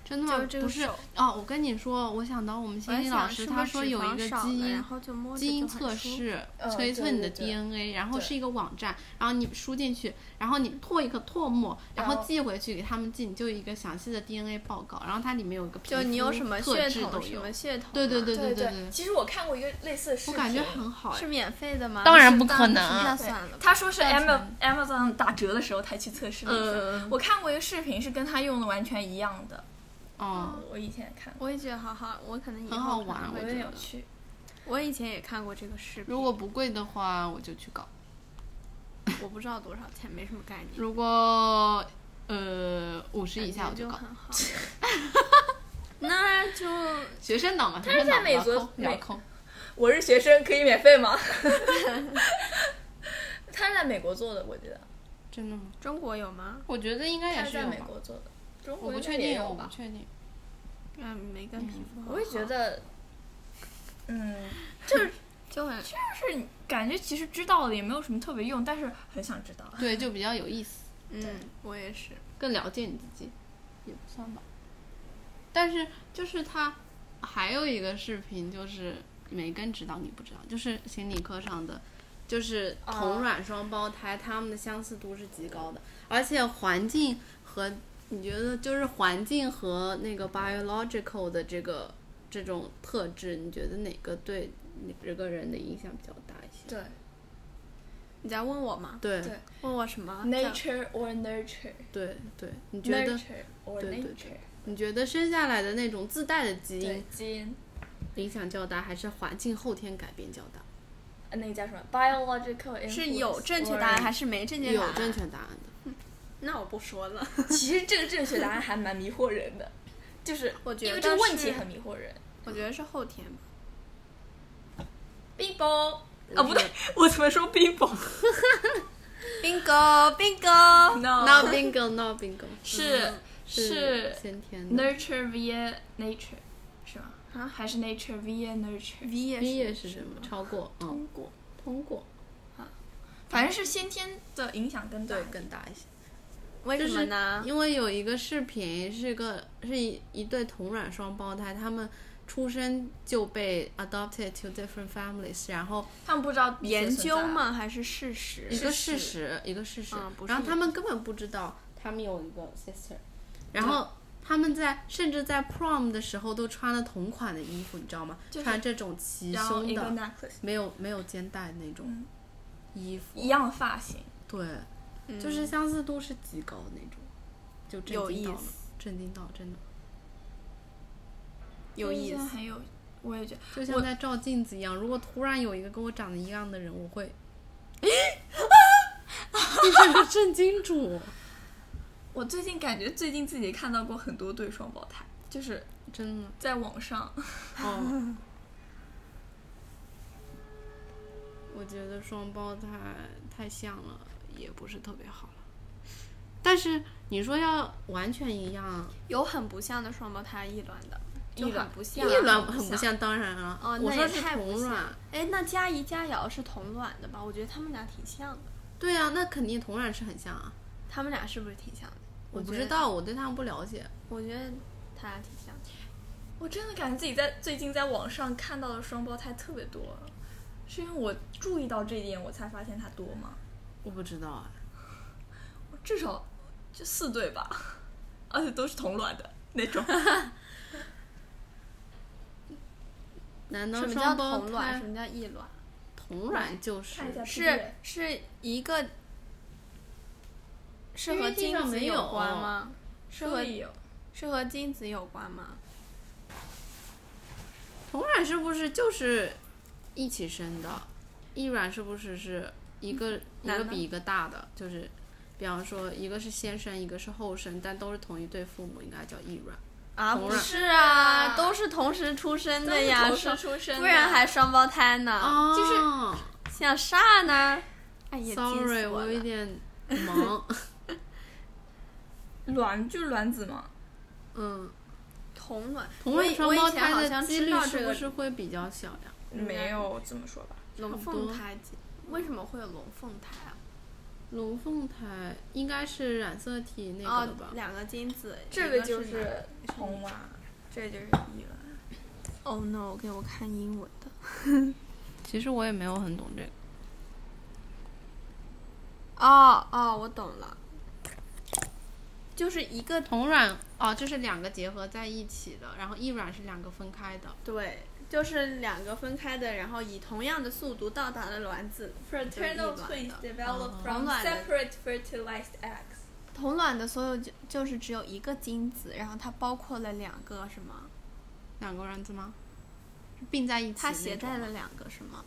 C: 真的
B: 就是这
C: 吗？不
B: 个
C: 是
B: 手。
C: 哦，我跟你说，我想到我们
B: 我
C: 心
B: 在
C: 理老
B: 想
C: 师
B: 是不
C: 他
B: 是
C: 说
B: 脂
C: 有
B: 肪
C: 一个
B: 少
C: 基
B: 了
C: 因
B: 然后就摸着
C: 基因
B: 就很呃
C: 测
B: 舒服，
C: 试，
A: 嗯
C: 推测
A: 对
C: 你的
A: 对对
C: DNA，然后
A: 对
C: 是一个网站，然后你输进去，然后你唾一个唾沫，然
A: 然
C: 后
A: 后
C: 寄回去给他们寄，你就有一个详细的 DNA 报告，然后它里面有一个皮
B: 就你有
C: 肤
B: 什么
C: 特
B: 血
C: 质都
B: 统什
C: 有
B: 么，血统啊，
C: 对对对
A: 对
C: 对对，
A: 其实我看过一个类似的视
C: 我
A: 频，
C: 感觉很好哎
B: 是，免费的吗？
C: 当然
B: 是
C: 不可能啊
B: 那
A: 对
B: 算了吧。
A: 他说是
B: 算
A: Am
B: 算
A: Amazon 打折的时候才去测试了一下。
C: 嗯
A: 我看过一个视频，是跟他用的完全一样的。
C: 哦，
A: 我以前看过，
B: 我也觉得好好，我可能以
C: 很
B: 后可
C: 好
B: 能
C: 玩
B: 会
A: 我
C: 觉
A: 也
C: 得
A: 有去。
B: 我以前也看过这个视频，
C: 如果不贵的话，我就去搞。
B: 我不知道多少钱，没什么概念。
C: 如果呃五十以下我
B: 感觉就
C: 搞。
B: 很好。那就
C: 学生党嘛，他
A: 是在美国美
C: 遥控，
A: 我是学生，可以免费 吗？他是在美国做的，我记得
C: 真的吗？
B: 中国有吗？
C: 我觉得应该也
A: 他是
C: 是
A: 在
C: 有
A: 美
C: 吧，
A: 国做的。中
C: 我
A: 国
C: 不
A: 应该
C: 确
A: 也
C: 定，
A: 有
C: 我不
A: 吧？
C: 确定。
B: 嗯，梅根皮肤好好。
A: 我也觉得，嗯，
B: 就很
A: 就是感觉其实知道了也没有什么特别用，但是很想知道。
C: 对，就比较有意思，
B: 嗯，我也是。
C: 更了解你自己，也不算吧。但是就是他还有一个视频，就是梅根知道你不知道，就是心理课上的。就是
A: 哦
C: 同卵双胞胎，他们的相似度是极高的，而且环境和你觉得就是环境和那个 biological 的这个这种特质，你觉得哪个对你这个人的影响比较大一些？
A: 对
B: 啊你在问我吗？
C: 对
A: 对
B: 问我什么？
A: ，nature or nurture，nature
C: 对对，你觉得
A: or
C: 对对
A: nature，
C: 你觉得生下来的那种自带的基
A: 对
C: 因
A: 基因，
C: 影响较大，还是环境后天改变较大？
A: 呃那个叫什么 biological，influence
B: 是有正确答案
A: or-
B: 还是没正确答案？
C: 有正确答案的，
B: 那我不说了。
A: 其实这个正确答案还蛮迷惑人的， 就是
B: 我觉
A: 因为
B: 得
A: 这个问
B: 是
A: 题很迷惑人。
B: 我觉得是后天吧。
A: 冰雹啊，不对，我怎么说冰雹
B: Bingo bingo，
A: ？No，
C: 那 bingo 那 bingo
A: 是是
C: 先天的
A: nurture via nature 是吗？
B: 啊
A: 还是 nature via nurture？
B: v 也是
C: ，b 也是什么？超过嗯，
B: 过。
C: 通过
A: 反正是先天的影响更大。
C: 对更大一些。
B: 为
C: 就
B: 什么
C: 是
B: 呢？
C: 因为有一个视频，是个是一一对同卵双胞胎，他们出生就被 adopted to different families，然后
A: 他们不知道彼此
B: 研
A: 存在啊
B: 究？吗？还是事实？
C: 一个事
A: 事
C: 实，一个事实
B: 嗯不。是
C: 然后
B: 一
C: 他们根本不知道他们有一个 sister，然后他们在甚至在 prom 的时候都穿了同款的衣服，你知道吗？
A: 就是
C: 穿这种齐
A: 然后
C: 胸
A: 一个
C: 的，
A: necklace
C: 没有没有肩带那种衣服，
A: 一样的发型，
C: 对，
B: 嗯
C: 就是相似度是极高的那种，就震
B: 有
C: 惊
B: 意
C: 到了
B: 思，
C: 震惊到真的，
B: 有意
A: 现在
B: 思。
A: 很有，我也觉得。
C: 就
A: 我
C: 像在照镜子一样。如果突然有一个跟我长得一样的人，我会， 一整个震惊住，
A: 我最近感觉最近自己看到过很多对双胞胎，就是
C: 真的。
A: 在网上。
C: 哦， 我觉得双胞胎太像了，也不是特别好了。但是你说要完全一样，
B: 有很不像的双胞胎异卵的，就
A: 异卵
B: 很不像，
C: 异卵
B: 很
C: 很不。像，当然了，
B: 哦，
C: 我
B: 那
C: 说
B: 也
C: 是
B: 太不
C: 同
B: 像
C: 卵，。
B: 哎，那佳怡、佳瑶是同卵的吧？我觉得他们俩挺像的，
C: 对啊，那肯定同卵是很像啊。
B: 他们俩是不是挺像的？
C: 我不
B: 觉
C: 知
B: 得，
C: 道，我对他们不了解。
B: 我觉得他俩挺像的。
A: 我真的感觉自己在最近在网上看到的双胞胎特别多，是因为我注意到这一点，我才发现它多吗？
C: 我不知道啊，
A: 我至少就四对吧， 而且都是同卵的那 种。
C: 难道
B: 什么叫
C: 双胞
B: 同卵？
C: 胎
B: 什么叫异卵？
C: 同卵就是
A: 看一下
B: 是是一个是和
C: PPT
B: 精
C: 上
B: 子
C: 没有
B: 关吗？是
A: 都
B: 和
A: 有，
B: 是和精子有关吗？
C: 同卵是不是就是一起生的？异卵是不是是一个一
B: 男
C: 个
B: 的
C: 比一个大的？就是比方说一个是先生，一个是后生，但都是同一对父母，应该叫异卵。
B: 啊，
C: 同
B: 不
C: 卵
B: 是啊，都是同时出生的呀，
A: 都是同时啊
B: 双
A: 出生的
B: 不然还双胞胎呢。
C: 哦
A: 就是
C: 是
B: 想啥呢？哎呀
C: Sorry，我有 一点忙。
A: 卵就是卵子嘛，
C: 嗯，
B: 同卵，
C: 同
B: 我
C: 位
B: 以
C: 双
B: 我以
C: 胞
B: 前好
C: 胎的
B: 像
C: 几
B: 知
C: 率
B: 道
C: 是
B: 这
C: 不
B: 个
C: 是会比较小呀？
A: 没有这么说吧？
C: 龙
B: 凤
C: 多
B: 胎几？为什么会有龙凤胎啊？
C: 龙凤胎应该是染色体那个的
B: 哦
C: 吧，？
B: 两个精子，
A: 这
B: 个
A: 个就是是红嘛，这就是异卵。
B: Oh no！给我看英文的。
C: 其实我也没有很懂这个。
B: 哦哦，我懂了，就是一个
C: 同卵哦，就是两个结合在一起的，然后异卵是两个分开的。
B: 对，就是两个分开的，然后以同样的速度到达了卵子。
A: Fraternal
B: 就是异卵
A: twins
B: 的
A: develop
C: 哦
A: from
B: 同卵的
A: separate fertilized eggs。
B: 同卵的所有就就是只有一个精子，然后它包括了两个是吗？
C: 两个卵子吗？并在一起，
B: 它携带了。两个是吗？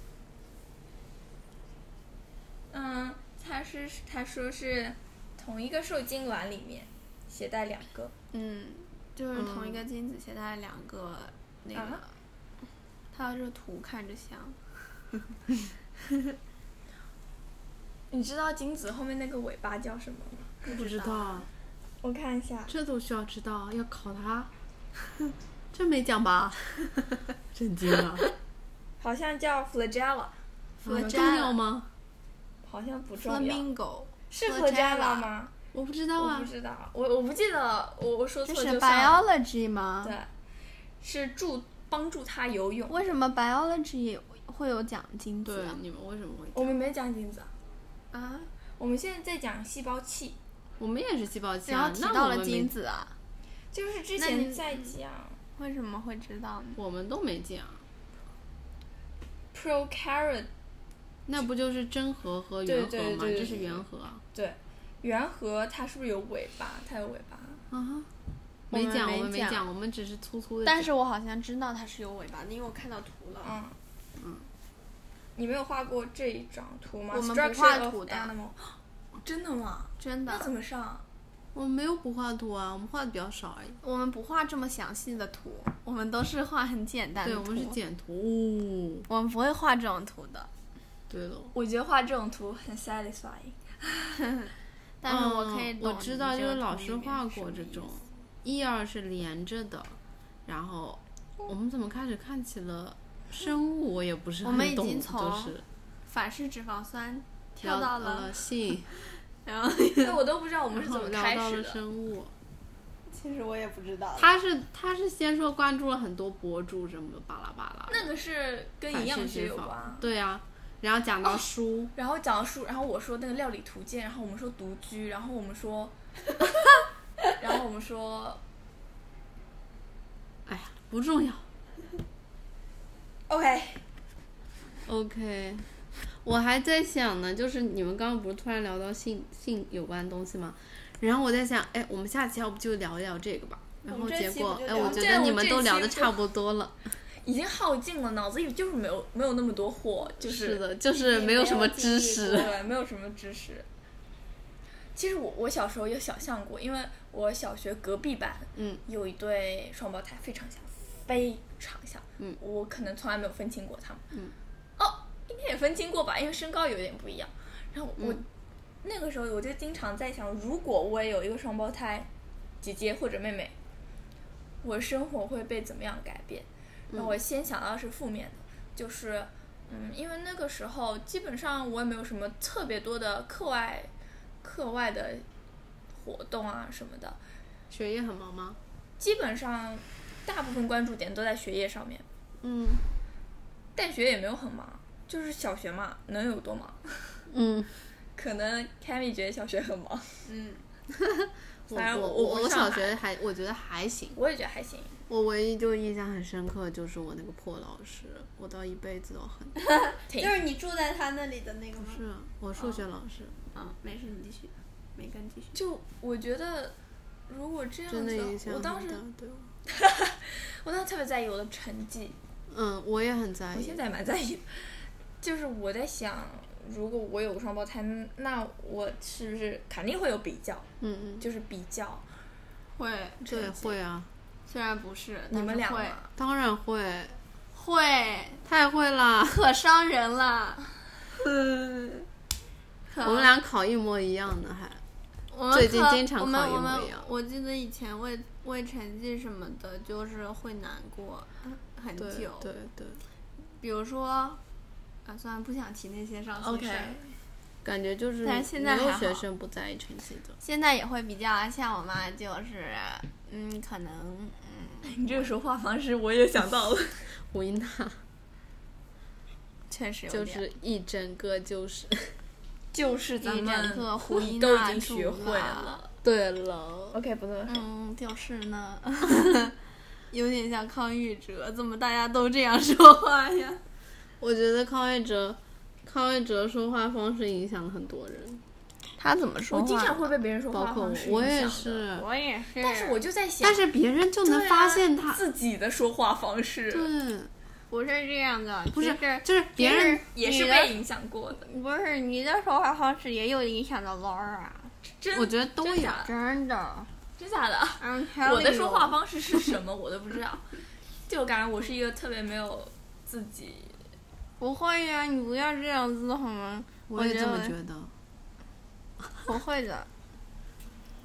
A: 嗯，他是他说是同一个受精卵里面携带两个，
B: 嗯，就是
C: 嗯
B: 同一个精子携带了两个那个。
A: 啊
B: 它这个图看着像，
A: 你知道精子后面那个尾巴叫什么吗？
C: 不知道，
A: 我看一下，
C: 这都需要知道，要考他，这没讲吧？ 震惊了，
A: 好像叫 flagella，
B: 我
C: 啊
B: 摘
C: 重要吗？
A: 好像不重要，
B: flamingo
A: 是
B: flagella
A: flagella 吗？
C: 我不知道
A: 我
C: 啊
A: 不，知道，我我不记得了，我我说
B: 这
A: 错
B: 是
A: 就算了。
B: biology 吗？
A: 对，是助帮助他游泳。
B: 为什么 biology 会有奖金子
C: 对
B: 啊？
C: 你们为什么会？
A: 我们没讲精子啊，
B: 啊，
A: 我们现在在讲细胞器，
C: 我们也是细胞器
B: 然后
C: 啊，
B: 提
C: 那
B: 到
C: 我
B: 了
C: 们没
B: 精，子啊，
A: 就是之
B: 那你
A: 前在讲
B: 为什么会知道呢？
C: 我们都没讲，
A: prokaryote
C: 那不就是真核和
A: 对
C: 原
A: 对
C: 核吗？
A: 对对
C: 这是
A: 对
C: 原核啊。
A: 对，原核它是不是有尾巴？它有尾巴。
C: 啊哈，
B: 我
C: 没
B: 们
C: 讲，
B: 没
C: 我们没
B: 讲
C: 讲，我们只是粗粗的。
B: 但是我好像知道它是有尾巴的，因为我看到图了。
A: 嗯，你没有画过这一张图吗？
B: 我们不
A: Structure
B: 画
A: of
B: 图的
A: animal 哦真的吗？
B: 真
A: 那怎
B: 的，
A: 么上？
C: 我们没有不画图啊，我们画的比较少而已。
B: 我们不画这么详细的图，我们都是画很简单的
C: 对，
B: 图。
C: 我们是简图。
B: 我们不会画这种图的。
C: 对了，
A: 我觉得画这种图很 satisfying。
B: 但是我可以
C: 嗯
B: 懂
C: 我知道，
B: 你这
C: 就
B: 个
C: 是
B: 图
C: 老
B: 里
C: 师
B: 面
C: 画
B: 是
C: 过
B: 什么
C: 这
B: 意
C: 种
B: 思，
C: 一二是连着的，然后我们怎么开始看起了生物？我也不是
B: 我
C: 很
B: 们已
C: 懂，
B: 经
C: 就
B: 从
C: 是
B: 反式脂肪酸跳到
C: 聊
B: 了，
C: 呃性，
B: 然后
A: 那我都不知道我们
C: 然
A: 是怎
C: 后
A: 么
C: 聊
A: 开
C: 到
A: 始
C: 了
A: 的。
C: 生物。
B: 其实我也不知道。
C: 他是他是先说关注了很多博主什么的巴拉巴拉，
A: 那个是跟
C: 反
A: 营养
C: 式
A: 学
C: 脂
A: 有哦
C: 肪
A: 关。
C: 对啊，然后讲到书。
A: 然后讲述，然后我说那个料理图鉴，然后我们说独居，然后我们说， 然后我们 说
C: 哎呀，不重要。
A: OK，
C: OK，我还在想呢，就是你们刚刚不是突然聊到性性有关的东西吗？然后我在想，哎，我们下期要不就聊一聊这个吧？然
B: 我们
C: 后
B: 这
C: 结
B: 期
C: 果
B: 不就，
C: 哎，
B: 聊
C: 我
B: 这
C: 觉
A: 我
C: 得你
A: 们
C: 们
A: 这
C: 都聊
A: 期
C: 的
A: 不
C: 差不多了。
A: 已经耗尽了，脑子里就是没有没有那么多货，就是
C: 是的，就是没有什么知识。
A: 对，没有什么知识。其实我我小时候有想象过，因为我小学隔壁班
C: 嗯，
A: 有一对双胞胎，非常像，非常像。
C: 嗯，
A: 我可能从来没有分清过他们。
C: 嗯，
A: 哦，应该也分清过吧，因为身高有点不一样。然后我、
C: 嗯
A: 那个时候我就经常在想，如果我也有一个双胞胎姐姐或者妹妹，我生活会被怎么样改变？
C: 嗯
A: 然后我先想到的是负面的，就是嗯，因为那个时候基本上我也没有什么特别多的课外课外的活动啊什么的，
C: 学业很忙吗？
A: 基本上大部分关注点都在学业上面，
C: 嗯
A: 但学业也没有很忙，就是小学嘛，能有多忙？
C: 嗯，
A: 可能 Cammy 觉得小学很忙，
B: 嗯，
C: 我
A: 反正
C: 我
A: 我
C: 我
A: 不
C: 我
A: 上
C: 小
A: 海
C: 学还我觉得还行。
A: 我也觉得还行。
C: 我唯一就印象很深刻就是我那个破老师，我到一辈子都很
A: 挺
B: 就是你住在他那里的那个吗？
C: 是啊我数学老师，
B: 嗯，没事，你继续，没跟继续。
A: 就我觉得，如果这样
C: 真的影
A: 子，
C: 响
A: 我
C: 很
A: 当时
C: 大对我。
A: 我当时特别在意我的成绩，
C: 嗯，我也很在
A: 我
C: 意
A: 现。在蛮在意的，就是我在想，如果我有个双胞胎，那我是不是肯定会有比较？
C: 嗯嗯，
A: 就是比较
B: 会，
C: 对，会啊，
B: 虽然不是，
A: 你们俩
B: 但是
A: 嘛
C: 当然会，
B: 会会
C: 太会啦！
B: 可伤人了。
C: 我们俩考一模一样的还。
B: 我们
C: 最近
B: 可
C: 经常
B: 我们
C: 考
B: 我
C: 英
B: 们
C: 语啊
B: 我记得以前为为成绩什么的，就是会难过很
C: 对
B: 久。
C: 对对，
B: 比如说，啊，算了，不想提那些伤心事儿。
C: 感觉就是
B: 但是现在
C: 没有
B: 还
C: 学
B: 好
C: 生不在意成绩 的。
B: 现在也会比较啊，像我妈就是，嗯，可能，嗯，
A: 你这个说话方式我也想到了，
C: 维娜
B: 确实有
C: 就
B: 点
C: 是一整个就是，
A: 就是咱
B: 一整
A: 们
B: 个啊胡一
A: 都已
B: 娜
A: 经
B: 住
A: 学会
B: 了
C: 啊
A: 了。
C: 对了，
A: OK，不错，
B: 嗯，就是呢， 有点像康玉哲，怎么大家都这样说话呀？
C: 我觉得康卫哲，康卫哲说话方式影响了很多人，
B: 他怎么说
A: 我经常会被别人说
C: 包
A: 话
C: 括
A: 方
C: 我
A: 式，
C: 我也
A: 影响的，
C: 是。
B: 我也是，
A: 但是我就在想，
C: 但是别人就能
A: 对啊
C: 发现他，
A: 自己的说话方式，
C: 对，
B: 不是这样的，
C: 不是
B: 其实，
C: 就是别人
A: 也
B: 你
A: 是
B: 的
A: 被影响过的。
B: 不是你的说话方式也有影响到 Laura，
A: 真
C: 我觉得都
A: 真
C: 有
A: 假的
B: 真的。
A: 真假的？
B: I'm
A: 我的
B: telling
A: 说话
B: you
A: 方式是什么，我都不知道。就我感觉我是一个特别没有自己，
B: 不会呀、你不要这样子好吗？
C: 我也这么觉
B: 得，
C: 得。
B: 不会的，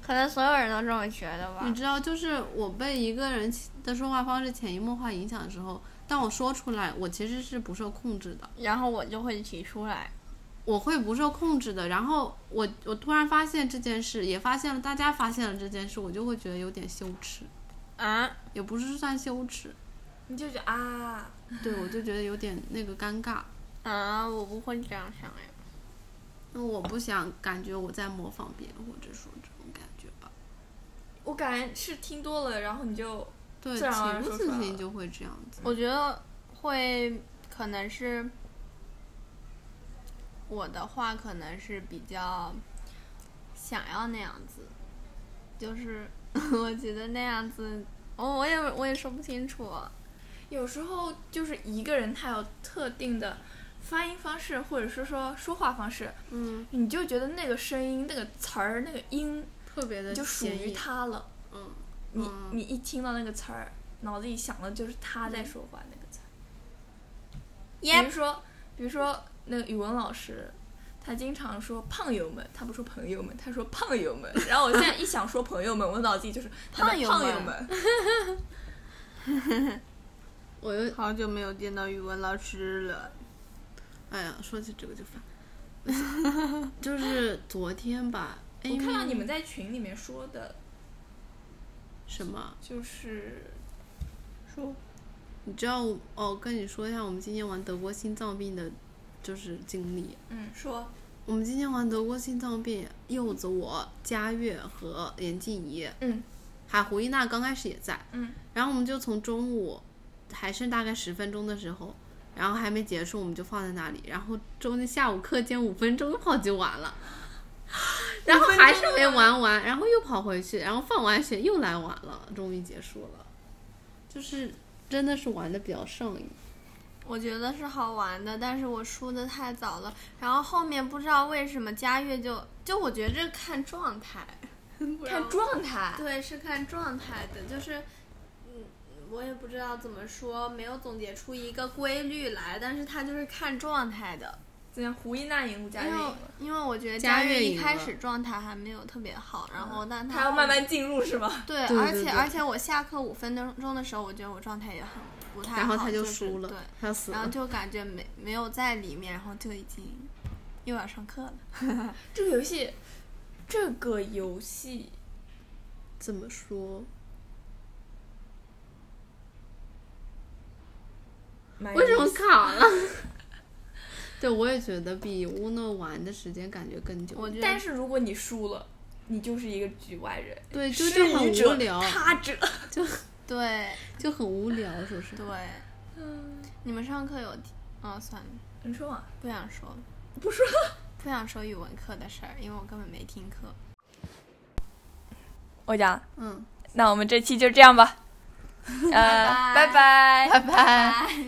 B: 可能所有人都这么觉得吧
A: 嗯
C: 你。知道，就是我被一个人的说话方式潜移默化影响的时候，当我说出来，我其实是不受控制的，
B: 然后我就会提出来，
C: 我会不受控制的。然后我我突然发现这件事，也发现了大家发现了这件事，我就会觉得有点羞耻，
B: 啊，
C: 也不是算羞耻，
A: 你就觉得啊，
C: 对我就觉得有点那个尴尬。
B: 啊，我不会这样想呀。
C: 那我不想感觉我在模仿别人，或者说这种感觉吧。
A: 我感觉是听多了，然后你就
C: 对，
A: 自然而然
C: 情不
A: 说出来
C: 自禁
A: 了
C: 就会这样子。
B: 我觉得会可能是我的话，可能是比较想要那样子，就是 我觉得那样子，我、我也我也说不清楚。
A: 有时候就是一个人他有特定的发音方式，或者是说说话方式，
C: 嗯，
A: 你就觉得那个声音、那个词儿、那个音
C: 特别的
A: 就属
C: 显
A: 于
C: 眼。
A: 他了。
C: 嗯，
A: 你
C: 嗯
A: 你一听到那个词儿，脑子里想的就是他在说话那个词儿。比如
B: 嗯 Yep，
A: 说，比如说那个语文老师，他经常说“胖友们”，他不说“朋友们”，他说“胖友们”。然后我现在一想说“朋友们”，我脑子里就是“
B: 胖友们
A: 胖友们
C: 我又
B: 好久没有见到语文老师了。
C: 哎呀，说起这个就烦。 就是昨天吧，”。哎
A: 我看到
B: 嗯
A: 你们在群里面说的，
C: 什么？
A: 就是
B: 说
C: 你知道我哦？跟你说一下，我们今天玩德国心脏病的，就是经历。
A: 嗯，说
C: 我们今天玩德国心脏病，柚子我、佳悦和严静怡，
A: 嗯，
C: 还胡一娜刚开始也在，
A: 嗯，
C: 然后我们就从中午还剩大概十分钟的时候，然后还没结束，我们就放在那里，然后中间下午课间五分钟跑就完 了，然后还是没玩完，然后又跑回去，然后放完学又来晚了，终于结束了，就是真的是玩的比较上瘾，
B: 我觉得是好玩的，但是我输的太早了。然后后面不知道为什么佳悦就就我觉得这看状态，
A: 看状态，
B: 对，是看状态的，就是，嗯，我也不知道怎么说，没有总结出一个规律来，但是它就是看状态的。
A: 怎样？胡一娜赢吴佳
B: 因
A: 悦赢
B: 为
A: 了，
B: 因为我觉得
C: 佳
B: 佳
C: 悦
B: 悦一
C: 赢
B: 开
C: 了
B: 始状态还没有特别好，然后但他
A: 她要慢慢进入是吗？
B: 对，
C: 对
B: 而
C: 对
B: 且
C: 对
B: 而且我下课五分钟钟的时候，我觉得我状态也很不太好，
C: 然后他
B: 就
C: 就是输了，
B: 对，
C: 他死
B: 然后
C: 了，
B: 就感觉没没有在里面，然后就已经又要上课了。
A: 这个游戏，这个游戏
C: 怎么说？
A: 蛮
C: 为什么
A: 有意思
C: 卡了？哎 对，我也觉得比乌诺玩的时间感觉更久。
B: 我觉得
A: 但是如果你输了，你就是一个局外人，
C: 对，就
A: 失
C: 就很
A: 语
C: 无
A: 者、
C: 聊，
A: 他者。
B: 对
C: 就很无聊，是不是？
B: 对，你们上课有提，哦，算了，
A: 你说嘛？
B: 不想说了。
A: 不说了。
B: 不想说语文课的事儿，因为我根本没听课。
A: 我讲，
C: 嗯，
A: 那我们这期就这样吧。呃，
B: 拜
A: 拜
C: 拜
A: 拜
C: 拜。
B: 拜。